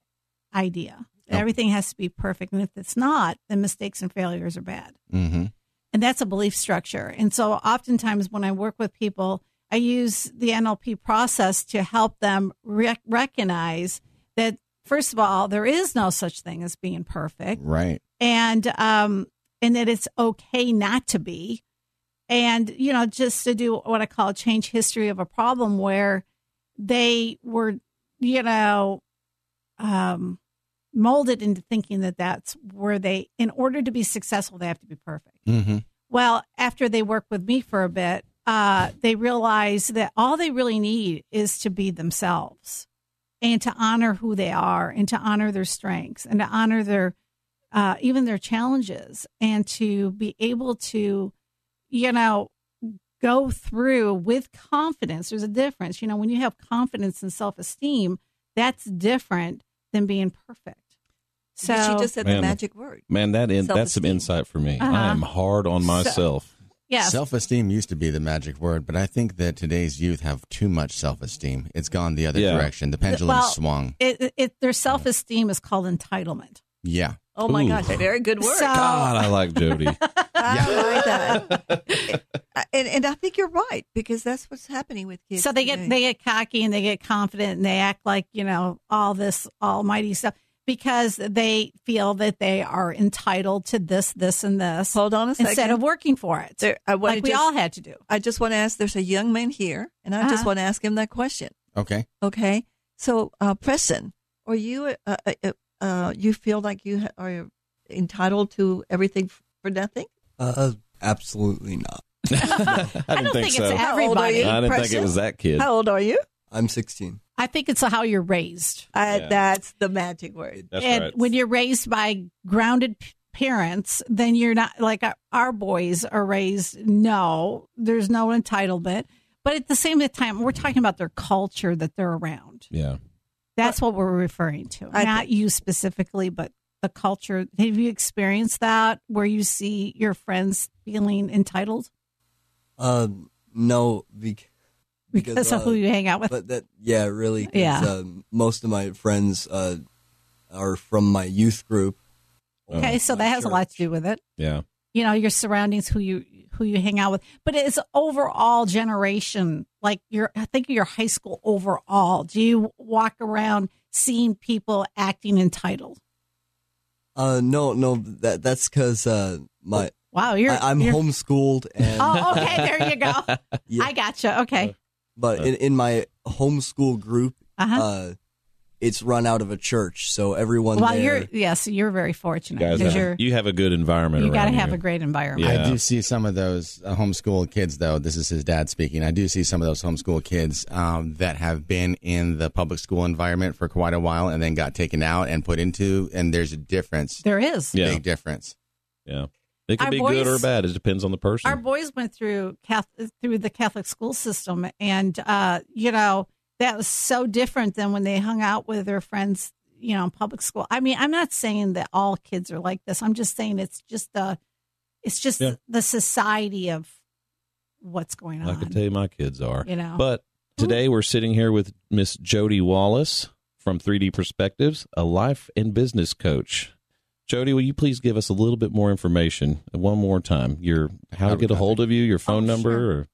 Speaker 6: idea. that
Speaker 5: Oh.
Speaker 6: Everything has to be perfect, and if it's not, then mistakes and failures are bad.
Speaker 1: Mm-hmm.
Speaker 6: and that's a belief structure. And so oftentimes when I work with people, I use the NLP process to help them rec- recognize that first of all, there is no such thing as being perfect
Speaker 1: Right.
Speaker 6: and um and that it's okay not to be and you know just to do what i call change history of a problem where they were you know um molded into thinking that that's where they in order to be successful they have to be perfect
Speaker 1: Mm-hmm.
Speaker 6: well, after they work with me for a bit, uh, they realize that all they really need is to be themselves and to honor who they are and to honor their strengths and to honor their uh, even their challenges and to be able to, you know, go through with confidence. There's a difference. You know, when you have confidence and self esteem, that's different than being perfect. So
Speaker 3: she just said the
Speaker 5: Man.
Speaker 3: magic word.
Speaker 5: Man, that in, that's some
Speaker 3: Self-esteem.
Speaker 5: insight for me.
Speaker 6: Uh-huh.
Speaker 5: I am hard on
Speaker 6: So-
Speaker 5: myself.
Speaker 6: yes.
Speaker 1: Self esteem used to be the magic word, but I think that today's youth have too much self esteem. It's gone the other
Speaker 5: Yeah.
Speaker 1: direction. The pendulum
Speaker 6: Well-
Speaker 1: swung.
Speaker 6: it, it- it, their self esteem is called entitlement.
Speaker 1: Yeah.
Speaker 3: Oh my
Speaker 5: Ooh.
Speaker 3: gosh, very good word.
Speaker 6: So-
Speaker 5: God, I like Jody.
Speaker 3: Oh. I like that. and, and I think you're right because that's what's happening with kids.
Speaker 6: So they get
Speaker 3: today.
Speaker 6: they get cocky and they get confident and they act like you know all this almighty stuff because they feel that they are entitled to this, this, and this
Speaker 3: hold on a second.
Speaker 6: instead of working for it,
Speaker 3: There- I want
Speaker 6: like
Speaker 3: to
Speaker 6: we
Speaker 3: just,
Speaker 6: all had to do.
Speaker 3: I just want to ask. There's a young man here, and I just
Speaker 6: Uh-huh.
Speaker 3: want to ask him that question.
Speaker 1: Okay.
Speaker 3: Okay, so uh, Preston, are you uh, uh, uh, you feel like you ha- are entitled to everything f- for nothing?
Speaker 4: Uh, absolutely not.
Speaker 5: I didn't
Speaker 6: I don't think,
Speaker 5: so.
Speaker 6: it's
Speaker 5: I
Speaker 3: How old are
Speaker 6: everybody.
Speaker 3: you?
Speaker 5: didn't think
Speaker 3: Impressive.
Speaker 5: it was that kid.
Speaker 3: How old are you?
Speaker 4: I'm 16.
Speaker 6: I think it's how you're raised.
Speaker 3: Uh,
Speaker 5: Yeah.
Speaker 3: That's the magic word.
Speaker 5: That's
Speaker 6: and
Speaker 5: right.
Speaker 6: when you're raised by grounded p- parents, then you're not like our, our boys are raised. No, there's no entitlement. But at the same time, we're talking about their culture that they're around.
Speaker 5: yeah.
Speaker 6: That's what we're referring to.
Speaker 3: I
Speaker 6: Not you specifically, but the culture. Have you experienced that where you see your friends feeling entitled
Speaker 4: Um, no, bec-
Speaker 6: because, of
Speaker 4: uh,
Speaker 6: who you hang out with?
Speaker 4: But that, yeah, really. 'cause,
Speaker 6: Yeah.
Speaker 4: Um, most of my friends uh, are from my youth group. or
Speaker 6: okay, so
Speaker 4: my
Speaker 6: that has a lot to
Speaker 4: church.
Speaker 6: do with it.
Speaker 5: Yeah.
Speaker 6: you know your surroundings who you who you hang out with but it's overall generation like your i think your high school overall do you walk around seeing people acting entitled
Speaker 4: Uh, no, no, that that's because uh, my
Speaker 6: wow you're
Speaker 4: I, I'm
Speaker 6: you're-
Speaker 4: homeschooled and
Speaker 6: oh okay there you go
Speaker 4: yeah,
Speaker 6: i gotcha okay
Speaker 4: but in, in my homeschool group,
Speaker 6: uh-huh
Speaker 4: uh, it's run out of a church, so everyone
Speaker 6: well
Speaker 4: there.
Speaker 6: you're yes you're very
Speaker 5: You
Speaker 6: fortunate
Speaker 5: guys
Speaker 6: because
Speaker 5: have,
Speaker 6: you're
Speaker 5: you have a good environment
Speaker 6: you got to
Speaker 5: around
Speaker 6: have
Speaker 5: you.
Speaker 6: a great environment
Speaker 5: Yeah.
Speaker 1: I do see some of those uh, homeschool kids, though. This is his dad speaking. I do see some of those homeschool kids um, that have been in the public school environment for quite a while and then got taken out and put into, and there's a difference,
Speaker 6: there is
Speaker 5: Yeah.
Speaker 1: big difference.
Speaker 5: Yeah. It can
Speaker 6: Our
Speaker 5: be good or
Speaker 6: boys-
Speaker 5: bad. It depends on the person.
Speaker 6: our boys went through Catholic, through the Catholic school system, and uh, you know that was so different than when they hung out with their friends, you know, in public school. I mean, I'm not saying that all kids are like this. I'm just saying it's just the it's just
Speaker 5: Yeah.
Speaker 6: the society of what's going
Speaker 5: I
Speaker 6: on.
Speaker 5: can tell you my kids are.
Speaker 6: You know.
Speaker 5: But today we're sitting here with Miss Jody Wallace from 3D Perspectives, a life and business coach. Jody, will you please give us a little bit more information one more time? Your how to get a hold of you, your phone
Speaker 6: Oh,
Speaker 5: number,
Speaker 6: sure.
Speaker 5: or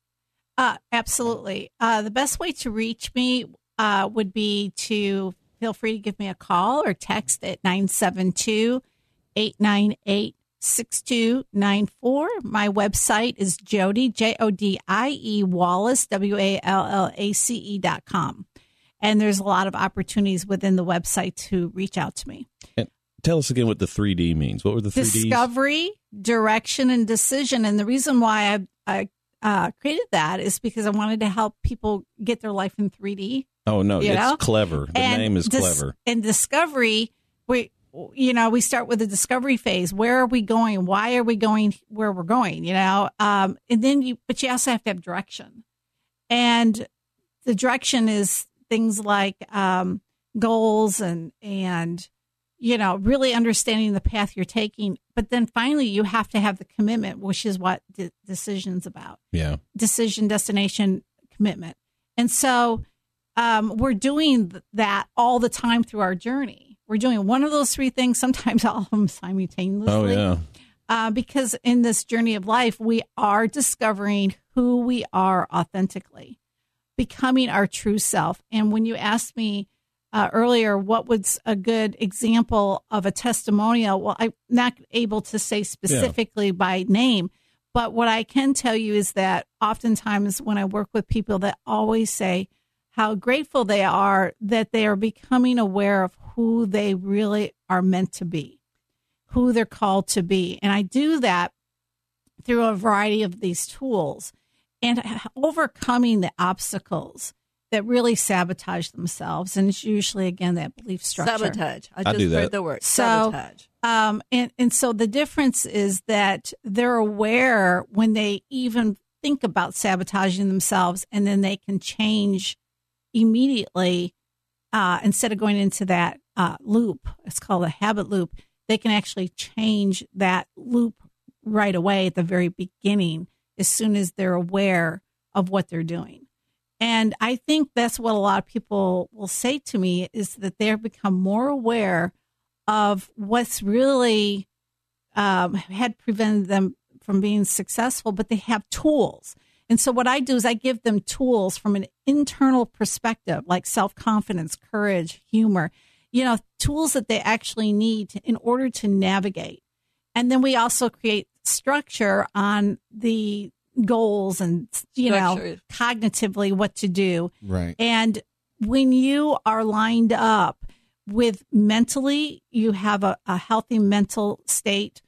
Speaker 6: Uh, absolutely. Uh, the best way to reach me uh, would be to feel free to give me a call or text at 972 898 6294. My website is Jody, J O D I E Wallace, W A L L A C E dot com. And there's a lot of opportunities within the website to reach out to me.
Speaker 5: tell us again what the 3D means. What were the 3Ds?
Speaker 6: Discovery, direction, and decision. And the reason why I, I uh, created that is because I wanted to help people get their life in 3D.
Speaker 5: oh no,
Speaker 6: you
Speaker 5: it's
Speaker 6: know?
Speaker 5: clever. The
Speaker 6: and
Speaker 5: name is
Speaker 6: dis-
Speaker 5: clever.
Speaker 6: And discovery, we you know we start with the discovery phase. Where are we going? Why are we going where we're going? You know, um, and then you but you also have to have direction, and the direction is things like um, goals and and you know really understanding the path you're taking. But then finally, you have to have the commitment, which is what de- decisions about
Speaker 5: Yeah.
Speaker 6: decision, destination, commitment. And so um, we're doing th- that all the time through our journey. We're doing one of those three things, sometimes all of them simultaneously.
Speaker 5: Oh yeah.
Speaker 6: Uh, because in this journey of life, we are discovering who we are authentically, becoming our true self. And when you asked me uh, earlier, what was a good example of a testimonial? Well, I'm not able to say specifically by name, but what I can tell you is that oftentimes when I work with people that always say how grateful they are that they are becoming aware of who they really are meant to be who they're called to be. And I do that through a variety of these tools and overcoming the obstacles that really sabotage themselves. And it's usually, again, that belief structure.
Speaker 3: Sabotage. I
Speaker 5: I
Speaker 3: just
Speaker 5: do that.
Speaker 3: heard the word
Speaker 6: So-
Speaker 3: sabotage.
Speaker 6: Um, and, and so the difference is that they're aware when they even think about sabotaging themselves and then they can change immediately uh, instead of going into that uh, loop. It's called a habit loop. They can actually change that loop right away at the very beginning as soon as they're aware of what they're doing. And I think that's what a lot of people will say to me is that they've become more aware of what's really um, had prevented them from being successful, but they have tools. And so, what I do is I give them tools from an internal perspective, like self confidence, courage, humor, you know, tools that they actually need in order to navigate. And then we also create structure on the goals and, you know,
Speaker 3: Structure.
Speaker 6: cognitively what to do.
Speaker 1: Right.
Speaker 6: And when you are lined up with mentally, you have a, a healthy mental state,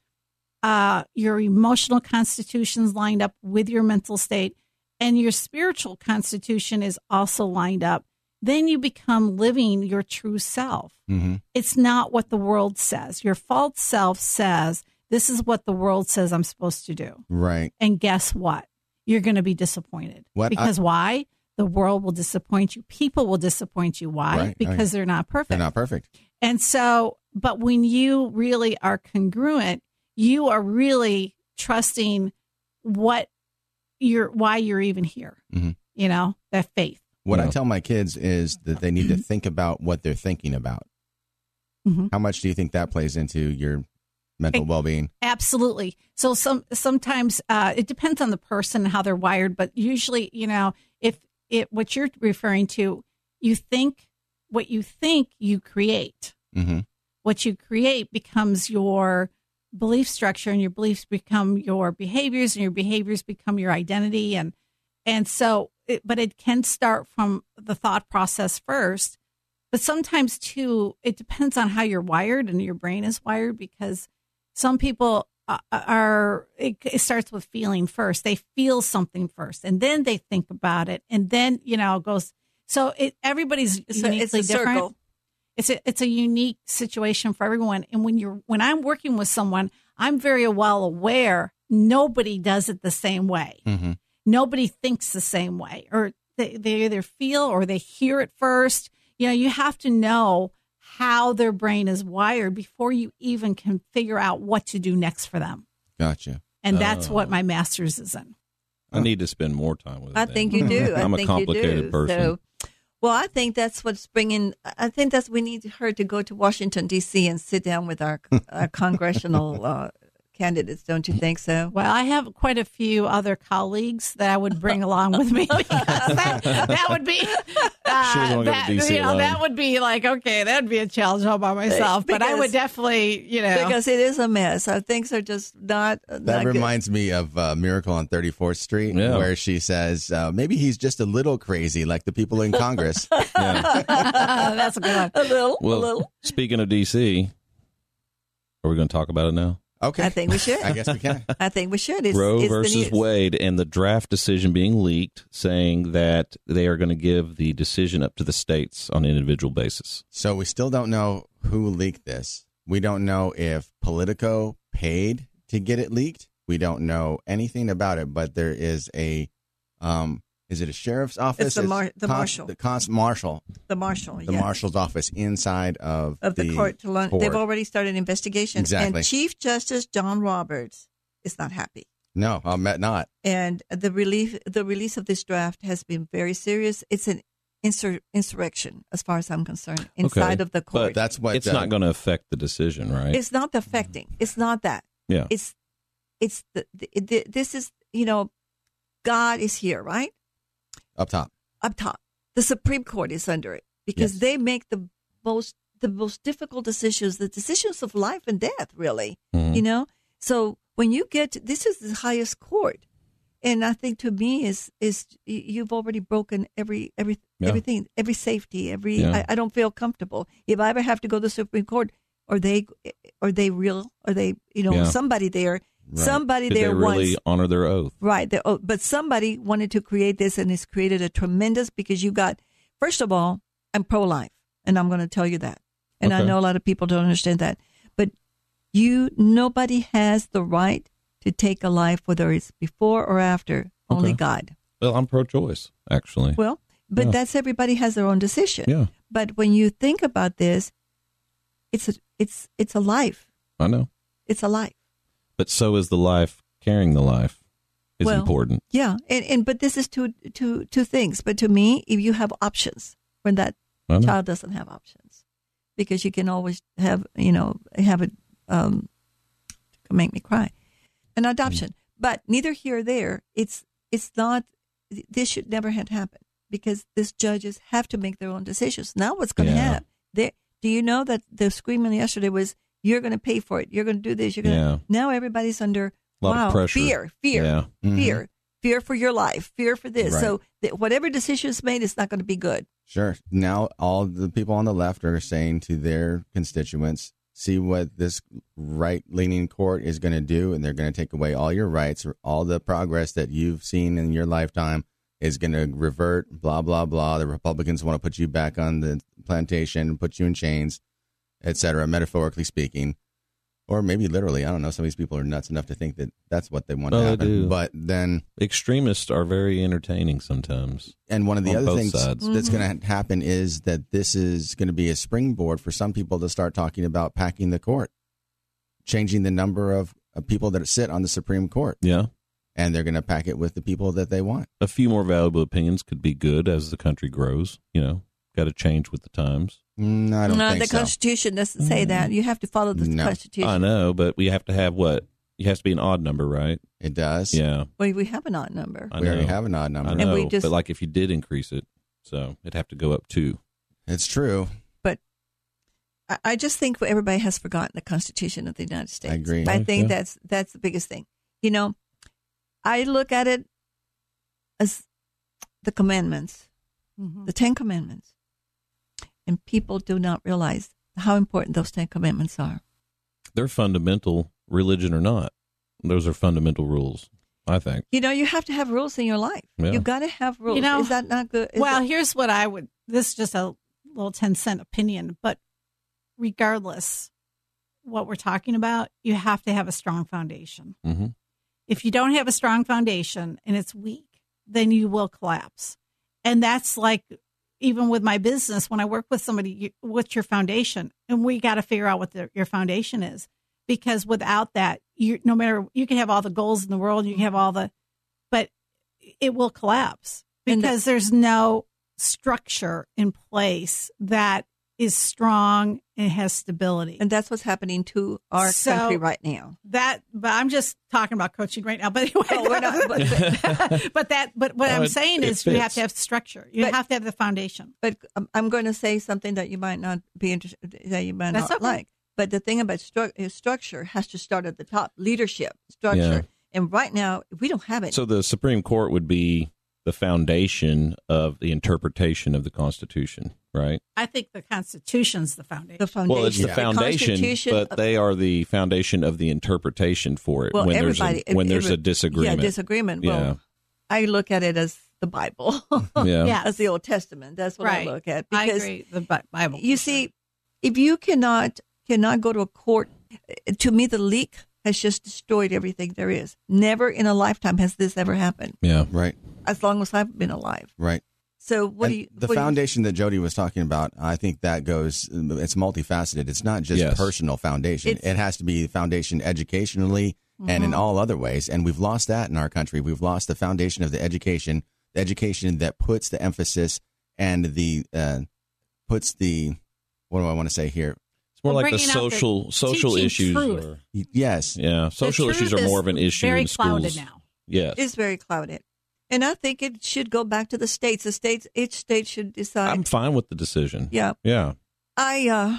Speaker 6: uh, your emotional constitution's lined up with your mental state, and your spiritual constitution is also lined up, then you become living your true self.
Speaker 1: Mm-hmm.
Speaker 6: It's not what the world says. Your false self says, This is what the world says I'm supposed to do.
Speaker 1: Right.
Speaker 6: And guess what? You're going to be disappointed.
Speaker 1: What I-
Speaker 6: Because why? The world will disappoint you. People will disappoint you. Why?
Speaker 1: Right,
Speaker 6: Because
Speaker 1: right.
Speaker 6: they're not perfect.
Speaker 1: They're not perfect.
Speaker 6: And so, but when you really are congruent, you are really trusting what you're, why you're even here.
Speaker 1: Mhm.
Speaker 6: You know, that faith.
Speaker 1: What I
Speaker 5: No.
Speaker 1: tell my kids is that they need to think about what they're thinking about.
Speaker 6: Mhm.
Speaker 1: How much do you think that plays into your mental
Speaker 6: Ex-
Speaker 1: well being?
Speaker 6: Absolutely. So some sometimes uh, it depends on the person and how they're wired, but usually, you know, if it what you're referring to, you think what you think you create.
Speaker 1: Mm-hmm.
Speaker 6: What you create becomes your belief structure, and your beliefs become your behaviors, and your behaviors become your identity, and and so, it, but it can start from the thought process first. But sometimes too, it depends on how you're wired and your brain is wired because some people a- are it, it starts with feeling first they feel something first and then they think about it and then you know it goes so it everybody's
Speaker 3: It's a,
Speaker 6: uniquely
Speaker 3: it's a
Speaker 6: different
Speaker 3: circle.
Speaker 6: it's a it's a unique situation for everyone and when you're when i'm working with someone i'm very well aware nobody does it the same way
Speaker 1: Mm-hmm.
Speaker 6: nobody thinks the same way or they, they either feel or they hear it first you know you have to know how their brain is wired before you even can figure out what to do next for them
Speaker 1: Gotcha.
Speaker 6: and that's
Speaker 5: Oh.
Speaker 6: what my master's is in
Speaker 5: I need to spend more time with it.
Speaker 3: I
Speaker 5: then.
Speaker 3: think you do. I
Speaker 5: I'm a
Speaker 3: think you
Speaker 5: complicated
Speaker 3: do.
Speaker 5: person.
Speaker 3: So, well, I think that's what's bringing. I think that's we need her to go to Washington D.C. and sit down with our, our congressional uh, candidates. Don't you think so?
Speaker 6: well i have quite a few other colleagues that i would bring along with me because that, that would be
Speaker 5: She doesn't wanna
Speaker 6: uh,
Speaker 5: go to
Speaker 6: that,
Speaker 5: DC
Speaker 6: you know,
Speaker 5: alone.
Speaker 6: that would be like okay that would be a challenge all by myself but i
Speaker 3: Because-
Speaker 6: would definitely you know
Speaker 3: Because it is a mess. Our things are just not.
Speaker 1: That reminds me of uh, Miracle on 34th Street,
Speaker 5: Yeah.
Speaker 1: where she says, uh, maybe he's just a little crazy like the people in Congress.
Speaker 5: Yeah.
Speaker 6: that's a good one
Speaker 3: a little, a
Speaker 5: Well,
Speaker 3: little.
Speaker 5: speaking of DC, are we going to talk about it now?
Speaker 1: Okay.
Speaker 3: I think we should.
Speaker 1: I guess we can.
Speaker 3: I think we should. It's,
Speaker 5: Roe
Speaker 3: it's
Speaker 5: versus
Speaker 3: the news.
Speaker 5: Wade and the draft decision being leaked, saying that they are going to give the decision up to the states on an individual basis.
Speaker 1: So we still don't know who leaked this. We don't know if Politico paid to get it leaked. We don't know anything about it, but there is a, um, is it a sheriff's office?
Speaker 3: the mar- the marshal.
Speaker 1: The cons- marshal.
Speaker 3: The marshal.
Speaker 1: The
Speaker 3: yeah.
Speaker 1: marshal's office inside of,
Speaker 3: of the, court to learn.
Speaker 1: court.
Speaker 3: They've already started an investigation.
Speaker 1: Exactly.
Speaker 3: And Chief Justice John Roberts is not happy.
Speaker 1: No, I met not.
Speaker 3: and the relief the release of this draft has been very serious. It's an insur- insurrection, as far as I'm concerned, inside of the court.
Speaker 1: That's what
Speaker 5: it's
Speaker 1: uh,
Speaker 5: not going to affect the decision, right?
Speaker 3: it's not affecting. It's not that.
Speaker 5: yeah.
Speaker 3: It's it's the, the, the this is you know, God is here, right
Speaker 1: up top.
Speaker 3: up top. The Supreme Court is under it because
Speaker 5: Yes.
Speaker 3: they make the most the most difficult decisions, the decisions of life and death, really.
Speaker 5: Mhm.
Speaker 3: You know, so when you get to, this is the highest court, and I think to me is is y- you've already broken every every
Speaker 5: Yeah.
Speaker 3: everything, every safety, every.
Speaker 5: Yeah.
Speaker 3: I, I don't feel comfortable if I ever have to go to the Supreme Court. Are they eh, are they real? Are they you know
Speaker 5: Yeah.
Speaker 3: somebody there?
Speaker 1: Right.
Speaker 3: Somebody
Speaker 5: Did they
Speaker 3: there
Speaker 5: really
Speaker 3: wants
Speaker 5: honor their oath?
Speaker 3: Right. The, oh, but somebody wanted to create this and it's created a tremendous because you got, first of all, I'm pro life and I'm going to tell you that. And I
Speaker 5: Okay.
Speaker 3: know a lot of people don't understand that. But you, nobody has the right to take a life, whether it's before or after, only
Speaker 5: Okay.
Speaker 3: God.
Speaker 5: Well, I'm pro-choice, actually.
Speaker 3: Well, but
Speaker 5: Yeah.
Speaker 3: that's everybody has their own decision.
Speaker 5: Yeah.
Speaker 3: But when you think about this, it's a, it's, it's a life.
Speaker 5: I know,
Speaker 3: It's a life.
Speaker 5: but so is the life carrying the life is
Speaker 3: Well,
Speaker 5: important.
Speaker 3: Yeah, and, and but this is two two two things. But to me, if you have options, when that
Speaker 5: I know.
Speaker 3: child doesn't have options, because you can always have you know have a um, make me cry, an adoption.
Speaker 5: Mm.
Speaker 3: But neither here or there. It's it's not. This should never have happened because these judges have to make their own decisions. Now, what's going to
Speaker 5: Yeah.
Speaker 3: happen? They, do you know that the screaming yesterday was, "You're going to pay for it. You're going to do this. You're going to."
Speaker 5: Yeah.
Speaker 3: Now everybody's under
Speaker 5: A lot of
Speaker 3: wow,
Speaker 5: pressure.
Speaker 3: fear, fear,
Speaker 5: Yeah. Mm-hmm.
Speaker 1: Mhm.
Speaker 3: fear, fear for your life, fear for this.
Speaker 1: Right.
Speaker 3: So that whatever decision is made, it's not going to be good.
Speaker 1: Sure. Now all the people on the left are saying to their constituents, see what this right leaning court is going to do, and they're going to take away all your rights, or all the progress that you've seen in your lifetime is going to revert, blah, blah, blah. The Republicans want to put you back on the plantation, put you in chains, et cetera, metaphorically speaking. Or maybe literally, I don't know. Some of these people are nuts enough to think that that's what they want
Speaker 5: Oh,
Speaker 1: to
Speaker 5: they
Speaker 1: happen.
Speaker 5: do.
Speaker 1: But then
Speaker 5: Extremists are very entertaining sometimes.
Speaker 1: and one of the
Speaker 5: On
Speaker 1: other
Speaker 5: both
Speaker 1: things
Speaker 5: sides.
Speaker 1: that's going to happen is that this is going to be a springboard for some people to start talking about packing the court, changing the number of uh, people that sit on the Supreme Court,
Speaker 5: Yeah.
Speaker 1: and they're going to pack it with the people that they want.
Speaker 5: A few more valuable opinions could be good as the country grows. You know, got to change with the times.
Speaker 1: Mm, I don't
Speaker 3: no,
Speaker 1: think
Speaker 3: the
Speaker 1: so. Mm.
Speaker 3: Constitution doesn't say that. You have to follow the
Speaker 1: No.
Speaker 3: Constitution.
Speaker 5: I know, but we have to have what? You have to be an odd number, right?
Speaker 1: it does.
Speaker 5: Yeah.
Speaker 3: Well, we have an odd number.
Speaker 5: I
Speaker 1: we already
Speaker 5: know.
Speaker 1: have an odd
Speaker 5: I
Speaker 1: number.
Speaker 3: And
Speaker 5: know.
Speaker 3: we just-
Speaker 5: But like if you did increase it, so it'd have to go up two.
Speaker 1: It's true.
Speaker 3: I, I just think everybody has forgotten the Constitution of the United States.
Speaker 1: agree.
Speaker 3: I
Speaker 5: Yeah.
Speaker 3: think that's that's the biggest thing. You know, I look at it as the commandments,
Speaker 6: Mhm.
Speaker 3: the Ten Commandments, and people do not realize how important those Ten Commandments are.
Speaker 5: They're fundamental, religion or not. Those are fundamental rules, I think.
Speaker 3: You know, you have to have rules in your life.
Speaker 5: Yeah.
Speaker 3: You got to have rules.
Speaker 6: You know,
Speaker 3: is that not good? Is
Speaker 6: well,
Speaker 3: that-
Speaker 6: here's what I would. This is just a little ten cent opinion, but regardless what we're talking about, you have to have a strong foundation.
Speaker 5: Mm-hmm.
Speaker 6: If you don't have a strong foundation and it's weak, then you will collapse. And that's like even with my business when I work with somebody, you, what's your foundation? And we got to figure out what the, your foundation is because without that, you no matter you can have all the goals in the world, you can have all the, but it will collapse
Speaker 3: And the-
Speaker 6: because there's no structure in place that is strong and has stability.
Speaker 3: and that's what's happening to our
Speaker 6: So-
Speaker 3: country right now.
Speaker 6: that but i'm just talking about coaching right now but anyway
Speaker 3: No, Oh, we're not-
Speaker 6: but, that but what
Speaker 5: Oh,
Speaker 6: i'm
Speaker 5: it-
Speaker 6: saying
Speaker 5: it
Speaker 6: is you have
Speaker 5: fits.
Speaker 6: to have structure you
Speaker 3: But-
Speaker 6: have to have the foundation
Speaker 3: But um, I'm going to say something that you might not be interested, that you might
Speaker 6: That's
Speaker 3: not
Speaker 6: okay.
Speaker 3: like. But the thing about stru- is structure has to start at the top. Leadership structure, and right now we don't have it.
Speaker 5: So the Supreme Court would be the foundation of the interpretation of the Constitution, right?
Speaker 6: i think the constitution's the foundation
Speaker 3: the foundation.
Speaker 5: Well, it's the
Speaker 1: Yeah.
Speaker 5: foundation,
Speaker 3: Constitution
Speaker 5: but
Speaker 3: of-
Speaker 5: they are the foundation of the interpretation for it
Speaker 3: well,
Speaker 5: when there's
Speaker 3: everybody
Speaker 5: a, when there's
Speaker 3: every-
Speaker 5: a disagreement.
Speaker 3: Yeah, disagreement. Well,
Speaker 5: Yeah.
Speaker 3: I look at it as the Bible,
Speaker 5: Yeah.
Speaker 6: Yeah.
Speaker 3: as the Old Testament. That's what
Speaker 6: Right.
Speaker 3: I look at
Speaker 6: i
Speaker 3: because
Speaker 6: agree the Bi- bible
Speaker 3: you see if you cannot cannot go to a court to me the leak has just destroyed everything there is never in a lifetime has this ever happened
Speaker 5: Yeah.
Speaker 1: Right.
Speaker 3: as long as i've been alive
Speaker 1: Right.
Speaker 3: so what
Speaker 1: And
Speaker 3: do you
Speaker 1: the
Speaker 3: what do you-
Speaker 1: foundation that Jody was talking about, I think that goes, it's multifaceted. It's not just
Speaker 5: Yes.
Speaker 1: personal foundation.
Speaker 3: It's- Mm-hmm.
Speaker 1: it has to be foundation educationally. and in all other ways. And we've lost that in our country. We've lost the foundation of the education, the education that puts the emphasis and the uh, puts the what do I want to say here?
Speaker 5: It's more
Speaker 6: Well,
Speaker 5: like the
Speaker 6: bringing out the
Speaker 5: social social
Speaker 6: teaching
Speaker 5: issues.
Speaker 6: truth.
Speaker 5: are-
Speaker 1: Yes,
Speaker 5: yeah,
Speaker 6: The
Speaker 5: social
Speaker 6: truth
Speaker 5: issues are
Speaker 6: is
Speaker 5: more of an issue
Speaker 6: Very
Speaker 5: in
Speaker 6: clouded
Speaker 5: schools.
Speaker 6: now.
Speaker 5: Yes.
Speaker 3: It's very clouded. And I think it should go back to the states. The states, each state should decide.
Speaker 5: I'm fine with the decision.
Speaker 3: yeah,
Speaker 5: Yeah,
Speaker 3: I uh,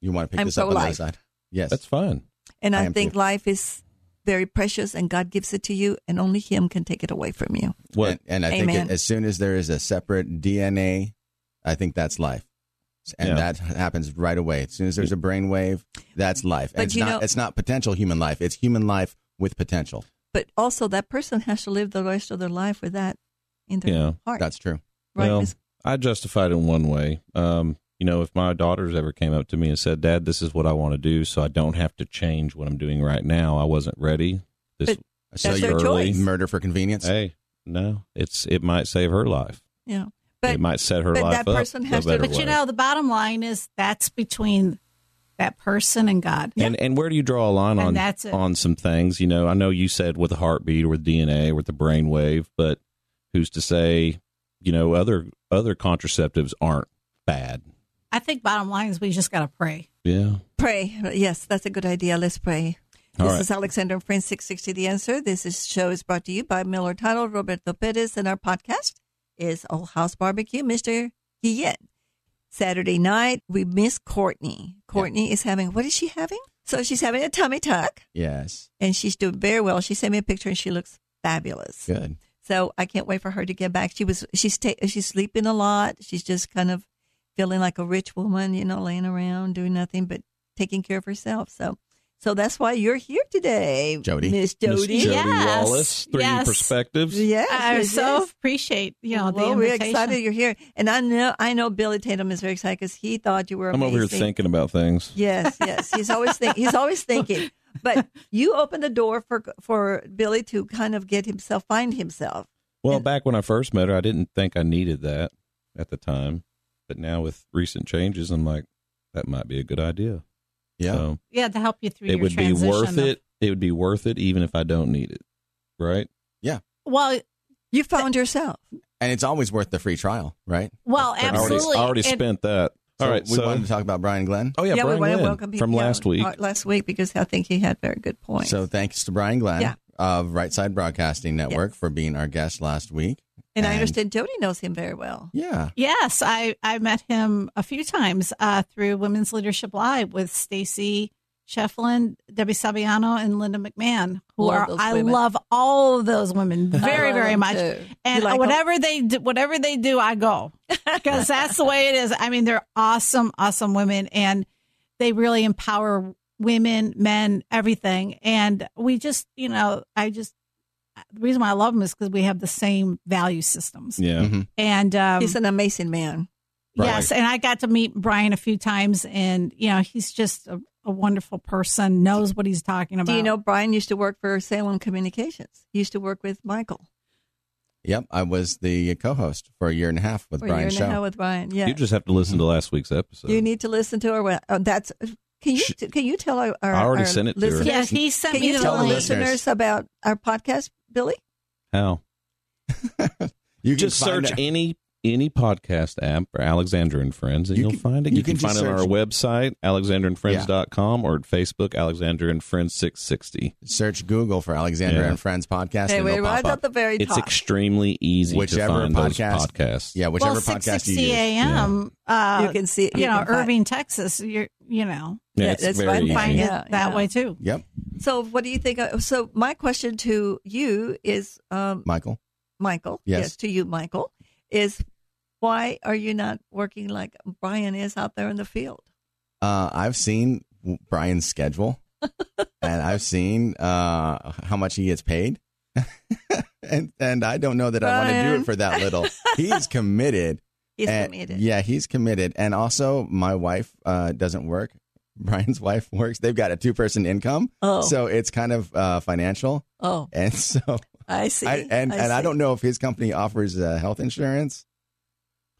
Speaker 1: you want to pick
Speaker 3: I'm
Speaker 1: this
Speaker 3: so
Speaker 1: up on the other
Speaker 3: light.
Speaker 1: side. Yes,
Speaker 5: that's fine.
Speaker 3: and
Speaker 1: I
Speaker 3: I,
Speaker 1: am
Speaker 3: think
Speaker 1: too.
Speaker 3: life is very precious, and God gives it to you, and only Him can take it away from you.
Speaker 5: What
Speaker 1: And, and I
Speaker 3: Amen.
Speaker 1: think as soon as there is a separate DNA, I think that's life. And
Speaker 5: Yeah.
Speaker 1: that happens right away. As soon as there's a brain wave, that's life.
Speaker 3: But
Speaker 1: And it's
Speaker 3: you
Speaker 1: not
Speaker 3: know-
Speaker 1: it's not potential human life. It's human life with potential.
Speaker 3: But also, that person has to live the rest of their life with that in their
Speaker 5: Yeah.
Speaker 3: heart.
Speaker 1: That's true.
Speaker 3: right,
Speaker 5: well,
Speaker 3: Miss-
Speaker 5: I justified it in one way. Um, you know, if my daughters ever came up to me and said, "Dad, this is what I want to do, so I don't have to change what I'm doing right now. I wasn't ready." This
Speaker 3: But
Speaker 1: So
Speaker 3: That's
Speaker 1: you're
Speaker 3: their
Speaker 1: early
Speaker 3: choice.
Speaker 1: murder for convenience.
Speaker 5: hey, no, it's it might save her life.
Speaker 3: yeah. But
Speaker 5: it might set her
Speaker 3: but
Speaker 5: life
Speaker 3: that
Speaker 5: up
Speaker 3: person
Speaker 5: in a
Speaker 3: has to-
Speaker 5: better
Speaker 6: But
Speaker 5: way.
Speaker 6: you know, the bottom line is that's between that person and God.
Speaker 5: And and where do you draw a line
Speaker 6: And
Speaker 5: on
Speaker 6: that's it.
Speaker 5: on some things? You know, I know you said with a heartbeat or with DNA or with the brain wave, but who's to say, you know, other other contraceptives aren't bad?
Speaker 6: I think bottom line is we just got to pray.
Speaker 5: Yeah.
Speaker 3: Pray. Yes, that's a good idea. Let's pray.
Speaker 5: All
Speaker 3: this
Speaker 5: right.
Speaker 3: is Alexander and Friends 660 The Answer. This is, show is brought to you by Miller Title, Roberto Perez, and our podcast is Old House Barbecue, Mr. Guillet. Saturday night, we miss Courtney. Courtney is having, what is she having? So she's having a tummy tuck,
Speaker 1: Yes.
Speaker 3: and she's doing very well. She sent me a picture, and she looks fabulous.
Speaker 1: Good.
Speaker 3: So I can't wait for her to get back. She was she's ta- she's sleeping a lot. She's just kind of feeling like a rich woman, you know, laying around doing nothing but taking care of herself. So so that's why you're here today,
Speaker 1: Jody.
Speaker 3: Miss
Speaker 5: Miss
Speaker 3: Jody.
Speaker 5: Jody
Speaker 6: Yes.
Speaker 5: Wallace, three
Speaker 6: Yes.
Speaker 5: perspectives.
Speaker 3: Yes,
Speaker 6: I
Speaker 3: yes,
Speaker 6: so
Speaker 3: yes.
Speaker 6: appreciate you know
Speaker 3: well,
Speaker 6: the
Speaker 3: we're
Speaker 6: invitation.
Speaker 3: excited you're here, and I know I know Billy Tatum is very excited because he thought you were.
Speaker 5: I'm over here
Speaker 3: amazing.
Speaker 5: thinking about things.
Speaker 3: Yes, yes. He's always think he's always thinking. But you opened the door for for Billy to kind of get himself find himself.
Speaker 5: Well, back when I first met her, I didn't think I needed that at the time, but now with recent changes, I'm like, that might be a good idea.
Speaker 1: Yeah.
Speaker 5: So
Speaker 6: Yeah, to help you through
Speaker 5: it
Speaker 6: your
Speaker 5: would be
Speaker 6: transition
Speaker 5: worth
Speaker 6: of-
Speaker 5: it. It would be worth it, even if I don't need it. Right?
Speaker 6: Well,
Speaker 3: You found yourself.
Speaker 1: And it's always worth the free trial, right? I
Speaker 6: well,
Speaker 1: already- I
Speaker 6: absolutely.
Speaker 5: I already
Speaker 6: And-
Speaker 5: spent that. All right.
Speaker 1: We
Speaker 5: So,
Speaker 1: wanted to talk about Brian Glenn.
Speaker 5: oh yeah, Brian
Speaker 3: we want to
Speaker 5: Lynn
Speaker 3: welcome him
Speaker 5: from
Speaker 3: yeah,
Speaker 5: last week.
Speaker 3: uh, Last week, because I think he had very good points.
Speaker 1: So thanks to Brian Glenn
Speaker 3: Yeah.
Speaker 1: of Right Side Broadcasting Network
Speaker 3: Yes.
Speaker 1: for being our guest last week.
Speaker 3: and, I
Speaker 1: and-
Speaker 3: understand Jody knows him very well.
Speaker 1: Yeah.
Speaker 6: Yes, I I met him a few times uh, through Women's Leadership Live with Stacy Shefflin, Debbie Sabiano, and Linda McMahon. Who
Speaker 3: Love
Speaker 6: are
Speaker 3: those
Speaker 6: I
Speaker 3: women.
Speaker 6: love all of those women very
Speaker 3: love
Speaker 6: very
Speaker 3: them
Speaker 6: much.
Speaker 3: too. You
Speaker 6: And
Speaker 3: like 'em?
Speaker 6: whatever they do, whatever they do, I go because that's the way it is. I mean, they're awesome, awesome women, and they really empower women, men, everything. And we just, you know, I just the reason why I love them is because we have the same value systems.
Speaker 5: yeah.
Speaker 1: Mhm.
Speaker 6: And um,
Speaker 3: He's an amazing man.
Speaker 5: Right.
Speaker 6: Yes, and I got to meet Brian a few times, and you know he's just a, a wonderful person. Knows what he's talking about.
Speaker 3: Do you know Brian used to work for Salem Communications? He used to work with Michael
Speaker 1: Yep. I was the co host for a year and a half with
Speaker 3: for a year
Speaker 1: Brian
Speaker 3: and a half
Speaker 1: Show.
Speaker 3: with Brian. Yeah,
Speaker 5: You just have to listen to last week's episode.
Speaker 3: You need to listen to our. we- Oh, that's can you
Speaker 5: Sh-
Speaker 3: can you tell our, our
Speaker 5: I already
Speaker 3: our
Speaker 5: sent it to her.
Speaker 3: listeners?
Speaker 6: Yeah, he sent
Speaker 3: Can
Speaker 6: me
Speaker 3: you
Speaker 6: the
Speaker 3: tell the
Speaker 1: link.
Speaker 3: listeners
Speaker 1: Listeners.
Speaker 3: about our podcast, Billy?
Speaker 5: How?
Speaker 1: You can
Speaker 5: Just
Speaker 1: find
Speaker 5: search
Speaker 1: it-
Speaker 5: any any podcast app for Alexander and Friends, and
Speaker 1: You
Speaker 5: you will
Speaker 1: can-
Speaker 5: find it.
Speaker 1: you
Speaker 5: You,
Speaker 1: can
Speaker 5: can,
Speaker 1: just
Speaker 5: find it on our
Speaker 1: search-
Speaker 5: website, alexanderandfriends.com, or at Facebook, Alexander and Friends 660.
Speaker 1: search Google for Alexander
Speaker 5: Yeah.
Speaker 1: and Friends podcast.
Speaker 3: Hey,
Speaker 1: and
Speaker 3: we
Speaker 1: it'll pop
Speaker 3: right
Speaker 1: up.
Speaker 3: at the very
Speaker 5: It's
Speaker 3: top.
Speaker 5: extremely easy
Speaker 1: Whichever
Speaker 5: to find
Speaker 1: podcast-
Speaker 5: those podcasts.
Speaker 1: yeah, whichever
Speaker 6: Well, six
Speaker 1: podcast you
Speaker 6: sixty
Speaker 1: use.
Speaker 6: a.m. Uh,
Speaker 3: you can see.
Speaker 6: you know
Speaker 3: can find-
Speaker 6: Irving, Texas. You're you know
Speaker 5: Yeah,
Speaker 3: Yeah,
Speaker 5: it's
Speaker 3: that's
Speaker 5: very
Speaker 3: fine.
Speaker 5: easy.
Speaker 6: find
Speaker 3: Yeah,
Speaker 6: it that
Speaker 3: yeah.
Speaker 6: way too.
Speaker 1: Yep.
Speaker 3: So, what do you think? So, my question to you is, um,
Speaker 1: Michael.
Speaker 3: Michael.
Speaker 1: Yes.
Speaker 3: to you, Michael, is why are you not working like Brian is out there in the field?
Speaker 1: Uh, I've seen w- Brian's schedule, and I've seen uh, how much he gets paid, and and I don't know that I want to do
Speaker 3: Brian.
Speaker 1: it for that little. He's committed.
Speaker 3: He's
Speaker 1: and-
Speaker 3: committed.
Speaker 1: Eh, Yeah, he's committed. And also, my wife uh, doesn't work. Brian's wife works. They've got a two-person income,
Speaker 3: Oh,
Speaker 1: so it's kind of uh, financial.
Speaker 3: oh,
Speaker 1: And so,
Speaker 3: I see.
Speaker 1: I, and and I
Speaker 3: see.
Speaker 1: don't know if his company offers uh, health insurance.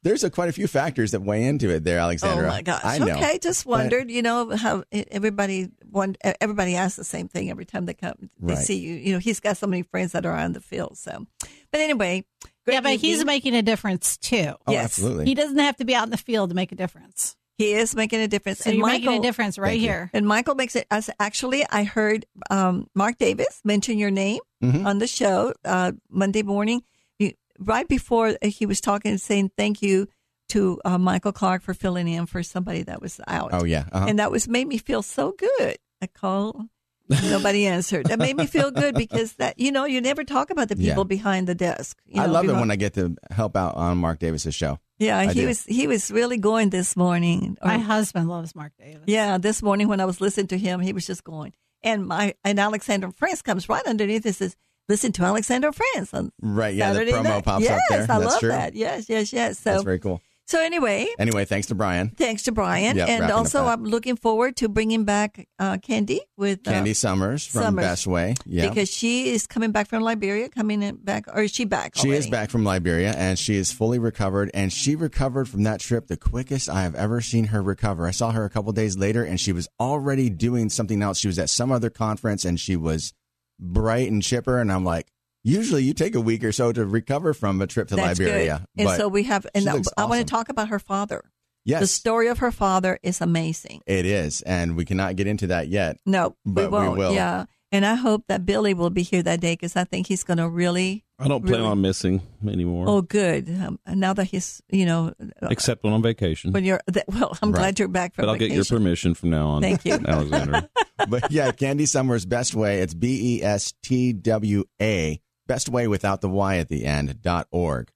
Speaker 1: There's a, quite a few factors that weigh into it there,
Speaker 3: Oh
Speaker 1: Alexandra.
Speaker 3: my gosh.
Speaker 1: I know.
Speaker 3: Okay, just wondered. you know how e- everybody one. Everybody asks the same thing every time they come. They
Speaker 1: Right.
Speaker 3: see you. You know, he's got so many friends that are on the field. So, but anyway, great
Speaker 6: yeah, but he's
Speaker 3: meeting.
Speaker 6: making a difference too.
Speaker 1: Oh,
Speaker 3: Yes.
Speaker 1: absolutely.
Speaker 6: He doesn't have to be out in the field to make a difference.
Speaker 3: he is making a difference.
Speaker 6: So
Speaker 3: and
Speaker 6: you're
Speaker 3: Michael,
Speaker 6: making a difference right
Speaker 1: Thank you.
Speaker 6: here.
Speaker 3: And Michael makes it. Us actually, I heard um, Mark Davis mention your name
Speaker 1: Mhm.
Speaker 3: on the show uh, Monday morning, You- right before uh, he was talking and saying thank you to uh, Michael Clark for filling in for somebody that was out.
Speaker 1: Oh yeah. Uh-huh.
Speaker 3: and that was made me feel so good. I called, nobody answered. That made me feel good because that you know you never talk about the
Speaker 1: Yeah.
Speaker 3: people behind the desk. You
Speaker 1: I
Speaker 3: know,
Speaker 1: love it
Speaker 3: behind-
Speaker 1: when I get to help out on Mark Davis's show.
Speaker 3: yeah,
Speaker 1: I
Speaker 3: he
Speaker 1: do.
Speaker 3: was he was really going this morning. Or-
Speaker 6: My husband loves Mark Davis.
Speaker 3: yeah, this morning when I was listening to him, he was just going. And my and Alexander France comes right underneath and says, "Listen to Alexander France on
Speaker 1: Right. Yeah.
Speaker 3: Saturday
Speaker 1: the promo
Speaker 3: night."
Speaker 1: pops
Speaker 3: yes,
Speaker 1: up there.
Speaker 3: I
Speaker 1: That's
Speaker 3: love
Speaker 1: true.
Speaker 3: that. Yes, yes, yes. So Uh-huh.
Speaker 1: That's very cool.
Speaker 3: so anyway,
Speaker 1: Anyway, thanks to Brian.
Speaker 3: thanks to Brian,
Speaker 1: Yep,
Speaker 3: and
Speaker 1: wrapping up
Speaker 3: also
Speaker 1: that.
Speaker 3: I'm looking forward to bringing back uh, Candy with uh,
Speaker 1: Candy Summers from
Speaker 3: Summers.
Speaker 1: Best Way. Yeah.
Speaker 3: because she is coming back from Liberia, coming in back, or is she back?
Speaker 1: she is
Speaker 3: already?
Speaker 1: back from Liberia and she is fully recovered. And she recovered from that trip the quickest I have ever seen her recover. I saw her a couple days later and she was already doing something else. She was at some other conference and she was bright and chipper. And I'm like, usually you take a week or so to recover from a trip to
Speaker 3: That's
Speaker 1: Liberia.
Speaker 3: good. And
Speaker 1: But
Speaker 3: so we have, and
Speaker 1: she
Speaker 3: I,
Speaker 1: looks
Speaker 3: I want
Speaker 1: awesome.
Speaker 3: to talk about her father.
Speaker 1: yes,
Speaker 3: The story of her father is amazing.
Speaker 1: it is. And we cannot get into that yet.
Speaker 3: No,
Speaker 1: But
Speaker 3: we
Speaker 1: we
Speaker 3: won't.
Speaker 1: will.
Speaker 3: Yeah, and I hope that Billy will be here that day because I think he's going to really.
Speaker 5: I don't plan
Speaker 3: Really?
Speaker 5: on missing anymore,
Speaker 3: Oh, good. Um, now that he's, you know, uh,
Speaker 5: except when I'm on vacation.
Speaker 3: when you're that, well, I'm
Speaker 1: Right.
Speaker 3: glad you're back from
Speaker 5: But I'll
Speaker 3: vacation.
Speaker 5: get your permission from now on.
Speaker 3: Thank you.
Speaker 5: Alexander.
Speaker 1: but yeah, Candy Summers Best Way. It's B E S T W A. Best Way without the Y at the end. dot org.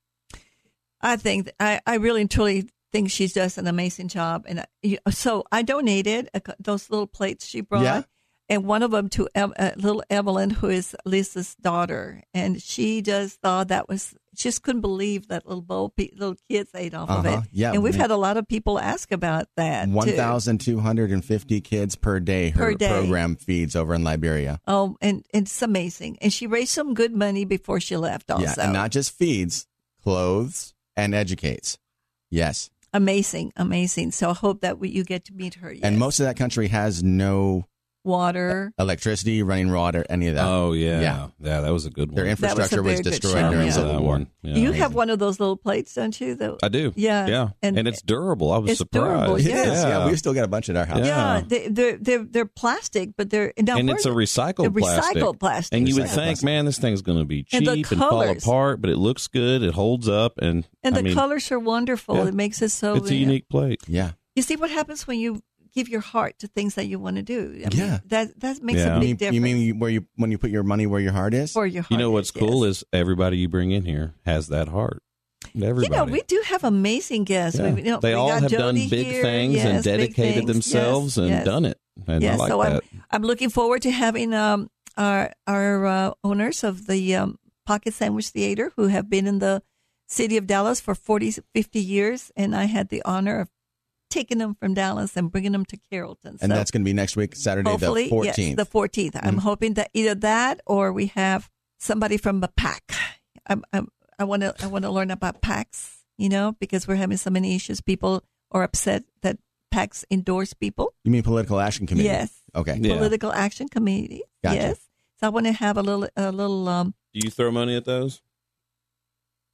Speaker 3: I think th- I, I really and truly think she does an amazing job, and I, you- so I donated a, cou- those little plates she brought,
Speaker 1: Yeah.
Speaker 3: and one of them to Ev, uh, little Evelyn, who is Lisa's daughter, and she just thought that was she just couldn't believe that little bowl pe- little kids ate off of
Speaker 1: Uh-huh.
Speaker 3: it.
Speaker 1: Yeah.
Speaker 3: and we've had a lot of people ask about that. too.
Speaker 1: One thousand two hundred and fifty kids per day. Her
Speaker 3: Per day.
Speaker 1: program feeds over in Liberia.
Speaker 3: Oh, and, and it's amazing, and she raised some good money before she left. Also,
Speaker 1: Yeah, and not just feeds, clothes, and educates. Yes.
Speaker 3: amazing, amazing. So I hope that we, you get to meet her.
Speaker 1: and
Speaker 3: yes.
Speaker 1: most of that country has no
Speaker 3: water.
Speaker 1: electricity, running water, any of that.
Speaker 5: oh yeah.
Speaker 1: Yeah.
Speaker 5: yeah, That was a good one.
Speaker 1: Their
Speaker 3: was a
Speaker 1: infrastructure was,
Speaker 3: very good
Speaker 1: destroyed
Speaker 3: show,
Speaker 1: during
Speaker 3: yeah.
Speaker 1: the Civil
Speaker 5: That
Speaker 1: War.
Speaker 5: one, yeah.
Speaker 3: you have one of those little plates, don't you? The,
Speaker 5: I do.
Speaker 3: Yeah.
Speaker 5: yeah,
Speaker 3: And-
Speaker 5: and, it's durable. I was
Speaker 3: It's
Speaker 5: surprised.
Speaker 3: durable,
Speaker 1: It is.
Speaker 3: Yeah.
Speaker 1: Yeah. we've still got a bunch at our house.
Speaker 5: Yeah.
Speaker 3: yeah, they, they're they're they're plastic, but they're now
Speaker 5: and
Speaker 3: where
Speaker 5: it's a
Speaker 3: are
Speaker 5: recycled,
Speaker 3: the recycled
Speaker 5: plastic.
Speaker 3: plastic.
Speaker 5: And you would
Speaker 1: Recycled
Speaker 5: think,
Speaker 1: plastic.
Speaker 5: man, this thing's going to be
Speaker 3: And
Speaker 5: cheap
Speaker 3: the
Speaker 5: and fall
Speaker 3: colors.
Speaker 5: apart, but it looks good. It holds up, and
Speaker 3: and
Speaker 5: I
Speaker 3: the
Speaker 5: mean,
Speaker 3: colors are wonderful.
Speaker 5: Yeah.
Speaker 3: It makes it so. uh,
Speaker 5: it's a unique plate.
Speaker 1: Yeah.
Speaker 3: You see what happens when you give your heart to things that you want to do. I mean,
Speaker 1: Yeah.
Speaker 3: that that makes
Speaker 5: Yeah.
Speaker 3: a
Speaker 1: You
Speaker 3: big
Speaker 1: mean,
Speaker 3: difference
Speaker 1: you mean you- where you when you put your money where your heart is?
Speaker 3: for your heart.
Speaker 5: You know what's cool is everybody you bring in here has that heart. Everybody.
Speaker 3: You know, we do have amazing guests.
Speaker 5: Yeah.
Speaker 3: We, you know,
Speaker 5: they
Speaker 3: we
Speaker 5: all
Speaker 3: got
Speaker 5: have done
Speaker 3: Jody
Speaker 5: big
Speaker 3: here.
Speaker 5: things
Speaker 3: Yes, big
Speaker 5: and dedicated
Speaker 3: things.
Speaker 5: themselves
Speaker 3: Yes,
Speaker 5: and
Speaker 3: yes.
Speaker 5: done it. And
Speaker 3: yeah,
Speaker 5: I like
Speaker 3: so
Speaker 5: that.
Speaker 3: I'm I'm looking forward to having um our our uh, owners of the um, Pocket Sandwich Theater who have been in the city of Dallas for 40 50 years and I had the honor of taking them from Dallas and bringing them to Carrollton.
Speaker 1: and
Speaker 3: So
Speaker 1: that's going to be next week, Saturday the Mm-hmm.
Speaker 3: hopefully yes,
Speaker 1: 14th.
Speaker 3: the 14th. I'm hoping that either that or we have somebody from the pack. I'm, I'm, I want to I want to learn about packs, you know, because we're having so many issues people are upset that packs endorse people.
Speaker 1: you mean political action committee?
Speaker 3: Yes
Speaker 1: Okay.
Speaker 5: Yeah.
Speaker 3: political action committee.
Speaker 1: Gotcha.
Speaker 3: Yes. So I want to have a little, a little. Um,
Speaker 5: Do you throw money at those?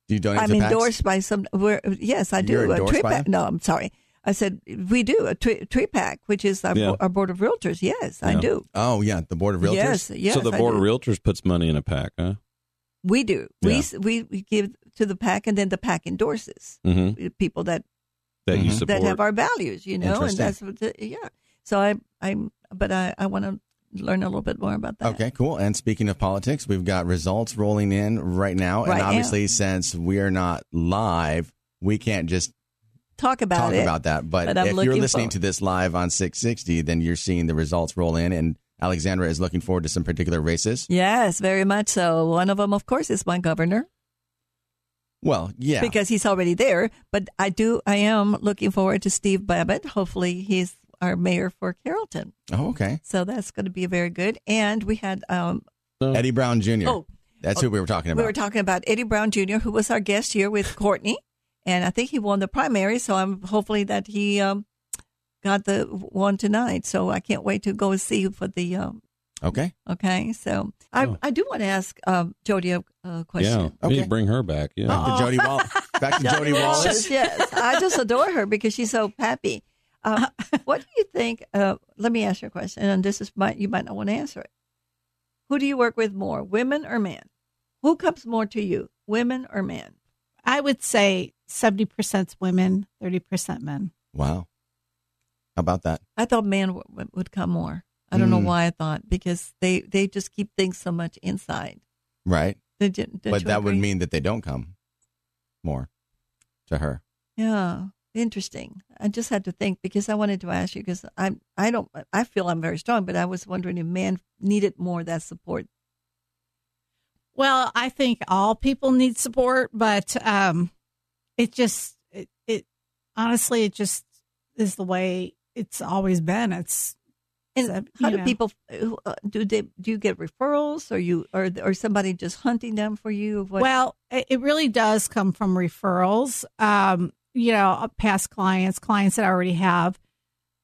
Speaker 1: Do you donate
Speaker 3: I'm
Speaker 1: to PACs?
Speaker 3: endorsed by some. We're, yes, I do.
Speaker 1: You're
Speaker 3: a
Speaker 1: endorsed
Speaker 3: tree
Speaker 1: by
Speaker 3: pack.
Speaker 1: them?
Speaker 3: No, I'm sorry. I said we do a tree, tree pack, which is our,
Speaker 5: Yeah.
Speaker 3: bo- our board of realtors. Yes, I
Speaker 5: Yeah.
Speaker 3: do.
Speaker 1: Oh yeah, the board of realtors.
Speaker 3: Yes, yes.
Speaker 5: so the
Speaker 3: I
Speaker 5: board
Speaker 3: do.
Speaker 5: of realtors puts money in a pack, huh?
Speaker 3: we do. We
Speaker 5: Yeah.
Speaker 3: s We, we give to the pack, and then the pack endorses
Speaker 5: Mm-hmm.
Speaker 3: people that
Speaker 5: That you
Speaker 1: Mhm.
Speaker 5: support.
Speaker 3: Mm-hmm. that have our values. You know, and
Speaker 1: Interesting.
Speaker 3: that's what. The, yeah. So I, I'm, but I, I want to learn a little bit more about that.
Speaker 1: Okay, cool. And speaking of politics, we've got results rolling in right now,
Speaker 3: Right
Speaker 1: and
Speaker 3: now.
Speaker 1: obviously, since we are not live, we can't just
Speaker 3: Talk about
Speaker 1: talk
Speaker 3: it.
Speaker 1: about that. But,
Speaker 3: But
Speaker 1: if
Speaker 3: I'm
Speaker 1: you're
Speaker 3: looking
Speaker 1: listening
Speaker 3: forward-
Speaker 1: to this live on 660, then you're seeing the results roll in, and Alexandra is looking forward to some particular races.
Speaker 3: Yes, very much so. One of them, of course, is my governor.
Speaker 1: Well, yeah,
Speaker 3: because he's already there. But I do, I am looking forward to Steve Babbitt. Hopefully, he's our mayor for Carrollton.
Speaker 1: oh, okay,
Speaker 3: So that's going to be very good. And we had, um,
Speaker 1: Eddie Brown Jr.
Speaker 3: oh,
Speaker 1: That's who we were talking about.
Speaker 3: we were talking about Eddie Brown Jr., who was our guest here with Courtney, and I think he won the primary. So I'm hopefully that he um, got the one tonight, so I can't wait to go see for the. Um,
Speaker 1: Okay.
Speaker 3: okay, so I
Speaker 5: Oh.
Speaker 3: I do want to ask um, Jody a, a question. Uh-huh.
Speaker 5: Yeah, we need
Speaker 1: Okay.
Speaker 5: to bring her back. Yeah,
Speaker 1: Back to Jody Wall. Back to Jody Wallace.
Speaker 3: Yes, yes. I just adore her because she's so peppy. Uh, what do you think? Uh, let me ask you a question, and this is might you might not want to answer it. Who do you work with more, women or men? Who comes more to you, women or men?
Speaker 6: I would say 70% women, 30% men.
Speaker 1: Wow. How about that?
Speaker 3: I thought men w- w- would come more. I don't know
Speaker 1: Mm.
Speaker 3: why I thought because they they just keep things so much inside.
Speaker 1: Right.
Speaker 3: Did you- don't
Speaker 1: but
Speaker 3: you
Speaker 1: that would
Speaker 3: agree?
Speaker 1: mean that they don't come more to her.
Speaker 3: yeah, interesting. I just had to think because I wanted to ask you because I I don't I feel I'm very strong, but I was wondering if men needed more of that support.
Speaker 6: Well, I think all people need support, but um, it just, it, it honestly, it just is the way it's always been. It's,
Speaker 3: And
Speaker 6: So,
Speaker 3: how
Speaker 6: you
Speaker 3: do
Speaker 6: know.
Speaker 3: people who, uh, do they do you get referrals or you or or somebody just hunting them for you? What,
Speaker 6: well, it it really does come from referrals. Um, you know, past clients, clients that I already have.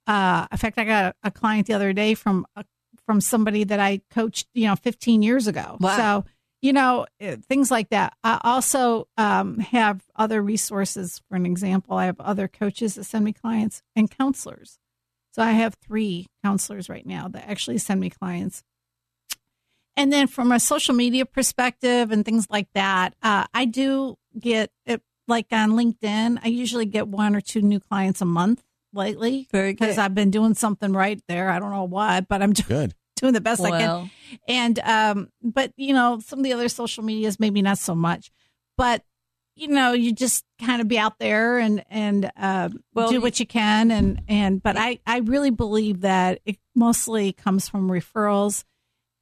Speaker 6: Uh, in fact, I got a, a client the other day from a, from somebody that I coached, you know, 15 years ago.
Speaker 3: Wow.
Speaker 6: So, you know, eh, things like that. I also um, have other resources. For an example, I have other coaches that send me clients and counselors. So I have three counselors right now that actually send me clients. And then from a social media perspective and things like that, uh, I do get it like on LinkedIn. I usually get one or two new clients a month lately
Speaker 3: very
Speaker 6: because I've been doing something right there. I don't know what, but I'm doing,
Speaker 1: Good.
Speaker 6: doing the best I can.
Speaker 3: well,
Speaker 6: And um, but you know, some of the other social medias maybe not so much, but you know, you just kind of be out there and and uh,
Speaker 3: Well,
Speaker 6: do what you can and and. But I I really believe that it mostly comes from referrals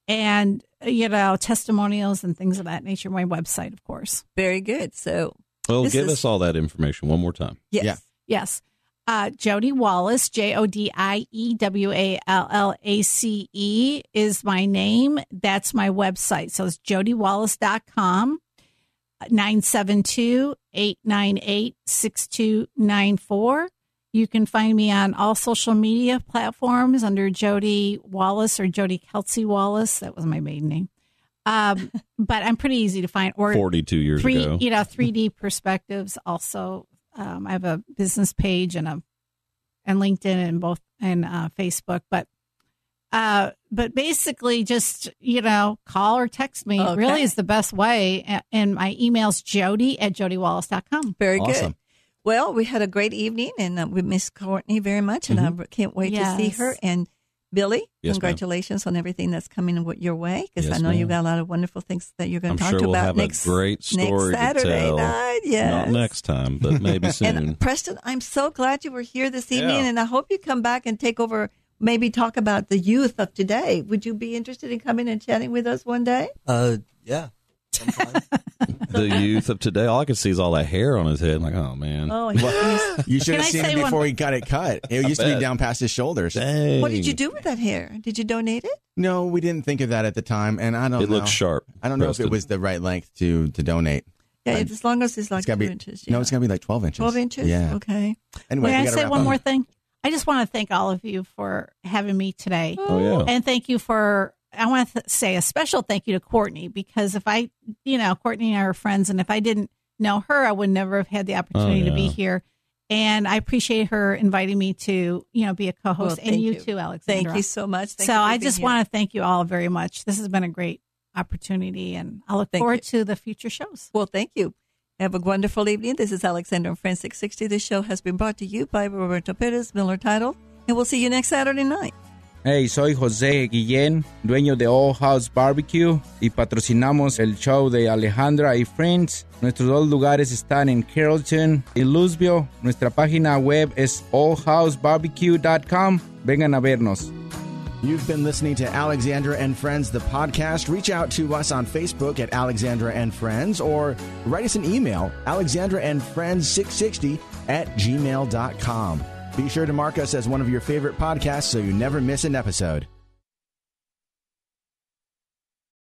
Speaker 6: and you know testimonials and things of that nature. My website, of course.
Speaker 3: very good. So
Speaker 5: well,
Speaker 3: this
Speaker 5: give
Speaker 3: is-
Speaker 5: us all that information one more time.
Speaker 3: yes,
Speaker 1: Yeah.
Speaker 6: Yes. Uh, Jody Wallace, J O D I E W A L L A C E, is my name. That's my website. So it's jodywallace.com, 972 898 6294. You can find me on all social media platforms under Jody Wallace or Jody Kelsey Wallace. That was my maiden name. Um, but I'm pretty easy to find. Or
Speaker 5: Forty-two years
Speaker 6: three,
Speaker 5: ago.
Speaker 6: you know, 3D perspectives. Also, um, I have a business page and a and LinkedIn and both and uh, Facebook, but uh, but basically, just you know, call or text me. It
Speaker 3: Okay.
Speaker 6: Really, is the best way. A- And my email's Jody at jodywallace.com.
Speaker 3: very
Speaker 1: Awesome.
Speaker 3: good. Well, we had a great evening and uh, we missed Courtney very much, and I can't wait to see
Speaker 6: Yes.
Speaker 3: her. And Billy,
Speaker 5: Mm-hmm. Yes, ma'am.
Speaker 3: congratulations on everything that's coming w- your way because
Speaker 5: Yes,
Speaker 3: I know
Speaker 5: ma'am.
Speaker 3: you've got a lot of wonderful things that you're going
Speaker 5: I'm
Speaker 3: to talk
Speaker 5: sure
Speaker 3: to
Speaker 5: we'll
Speaker 3: about
Speaker 5: have
Speaker 3: next
Speaker 5: a great story
Speaker 3: next Saturday
Speaker 5: to tell.
Speaker 3: night. Yes.
Speaker 5: Not next time, but maybe soon.
Speaker 1: Mm.
Speaker 3: And Preston, I'm so glad you were here this evening,
Speaker 5: Yeah.
Speaker 3: and I hope you come back and take over. Maybe talk about the youth of today. Would you be interested in coming and chatting with us one day?
Speaker 4: Uh, yeah. sometime.
Speaker 5: the youth of today, all I can see is all that hair on his head. I'm like, oh man,
Speaker 3: Oh, yes.
Speaker 1: You should
Speaker 6: Can
Speaker 1: have
Speaker 6: I
Speaker 1: seen
Speaker 6: say
Speaker 1: him
Speaker 6: one-
Speaker 1: before he got it cut. It used to be
Speaker 5: bet.
Speaker 1: down past his shoulders.
Speaker 5: dang.
Speaker 3: what did you do with that hair? Did you donate it?
Speaker 1: No, we didn't think of that at the time, and I don't.
Speaker 5: It
Speaker 1: know.
Speaker 5: looks sharp.
Speaker 1: I don't know
Speaker 5: Preston.
Speaker 1: if it was the right length to to donate.
Speaker 3: Yeah,
Speaker 1: I-
Speaker 3: as long as it's like
Speaker 1: It's gotta
Speaker 3: two
Speaker 1: be
Speaker 3: inches.
Speaker 1: no,
Speaker 3: yeah.
Speaker 1: it's gonna be like twelve inches.
Speaker 3: twelve inches.
Speaker 1: Yeah.
Speaker 3: Okay.
Speaker 1: Anyway, we
Speaker 6: May I
Speaker 1: gotta
Speaker 6: say
Speaker 1: wrap
Speaker 6: one
Speaker 1: up.
Speaker 6: more thing? I just want to thank all of you for having me today.
Speaker 5: Oh yeah.
Speaker 6: And thank you for. I want to th- say a special thank you to Courtney because if I, you know, Courtney and I are friends, and if I didn't know her, I would never have had the opportunity to be
Speaker 5: yeah.
Speaker 6: here. And I appreciate her inviting me to, you know, be a
Speaker 3: Well,
Speaker 6: co-host,
Speaker 3: thank
Speaker 6: and you,
Speaker 3: you.
Speaker 6: too, Alexandra.
Speaker 3: Thank you so much. Thank
Speaker 6: so
Speaker 3: you for
Speaker 6: I
Speaker 3: being
Speaker 6: just
Speaker 3: here.
Speaker 6: want to thank you all very much. This has been a great opportunity, and I look
Speaker 3: Thank
Speaker 6: forward to the future shows.
Speaker 3: Well, thank you. Have a wonderful evening. This is Alexander and Friends 660. This show has been brought to you by Roberto Perez, Miller Title, and we'll see you next Saturday night.
Speaker 2: Hey, soy José Guillén, dueño de All House Barbecue y patrocinamos el show de Alejandra y Friends. Nuestros dos lugares están en Carrollton y Louisville. Nuestra página web es allhousebarbecue.com. Vengan a vernos.
Speaker 1: You've been listening to Alexandra and Friends, the podcast. Reach out to us on Facebook at Alexandra and Friends or write us an email, Alexandra and Friends 660 at gmail.com. Be sure to mark us as one of your favorite podcasts so you never miss an episode.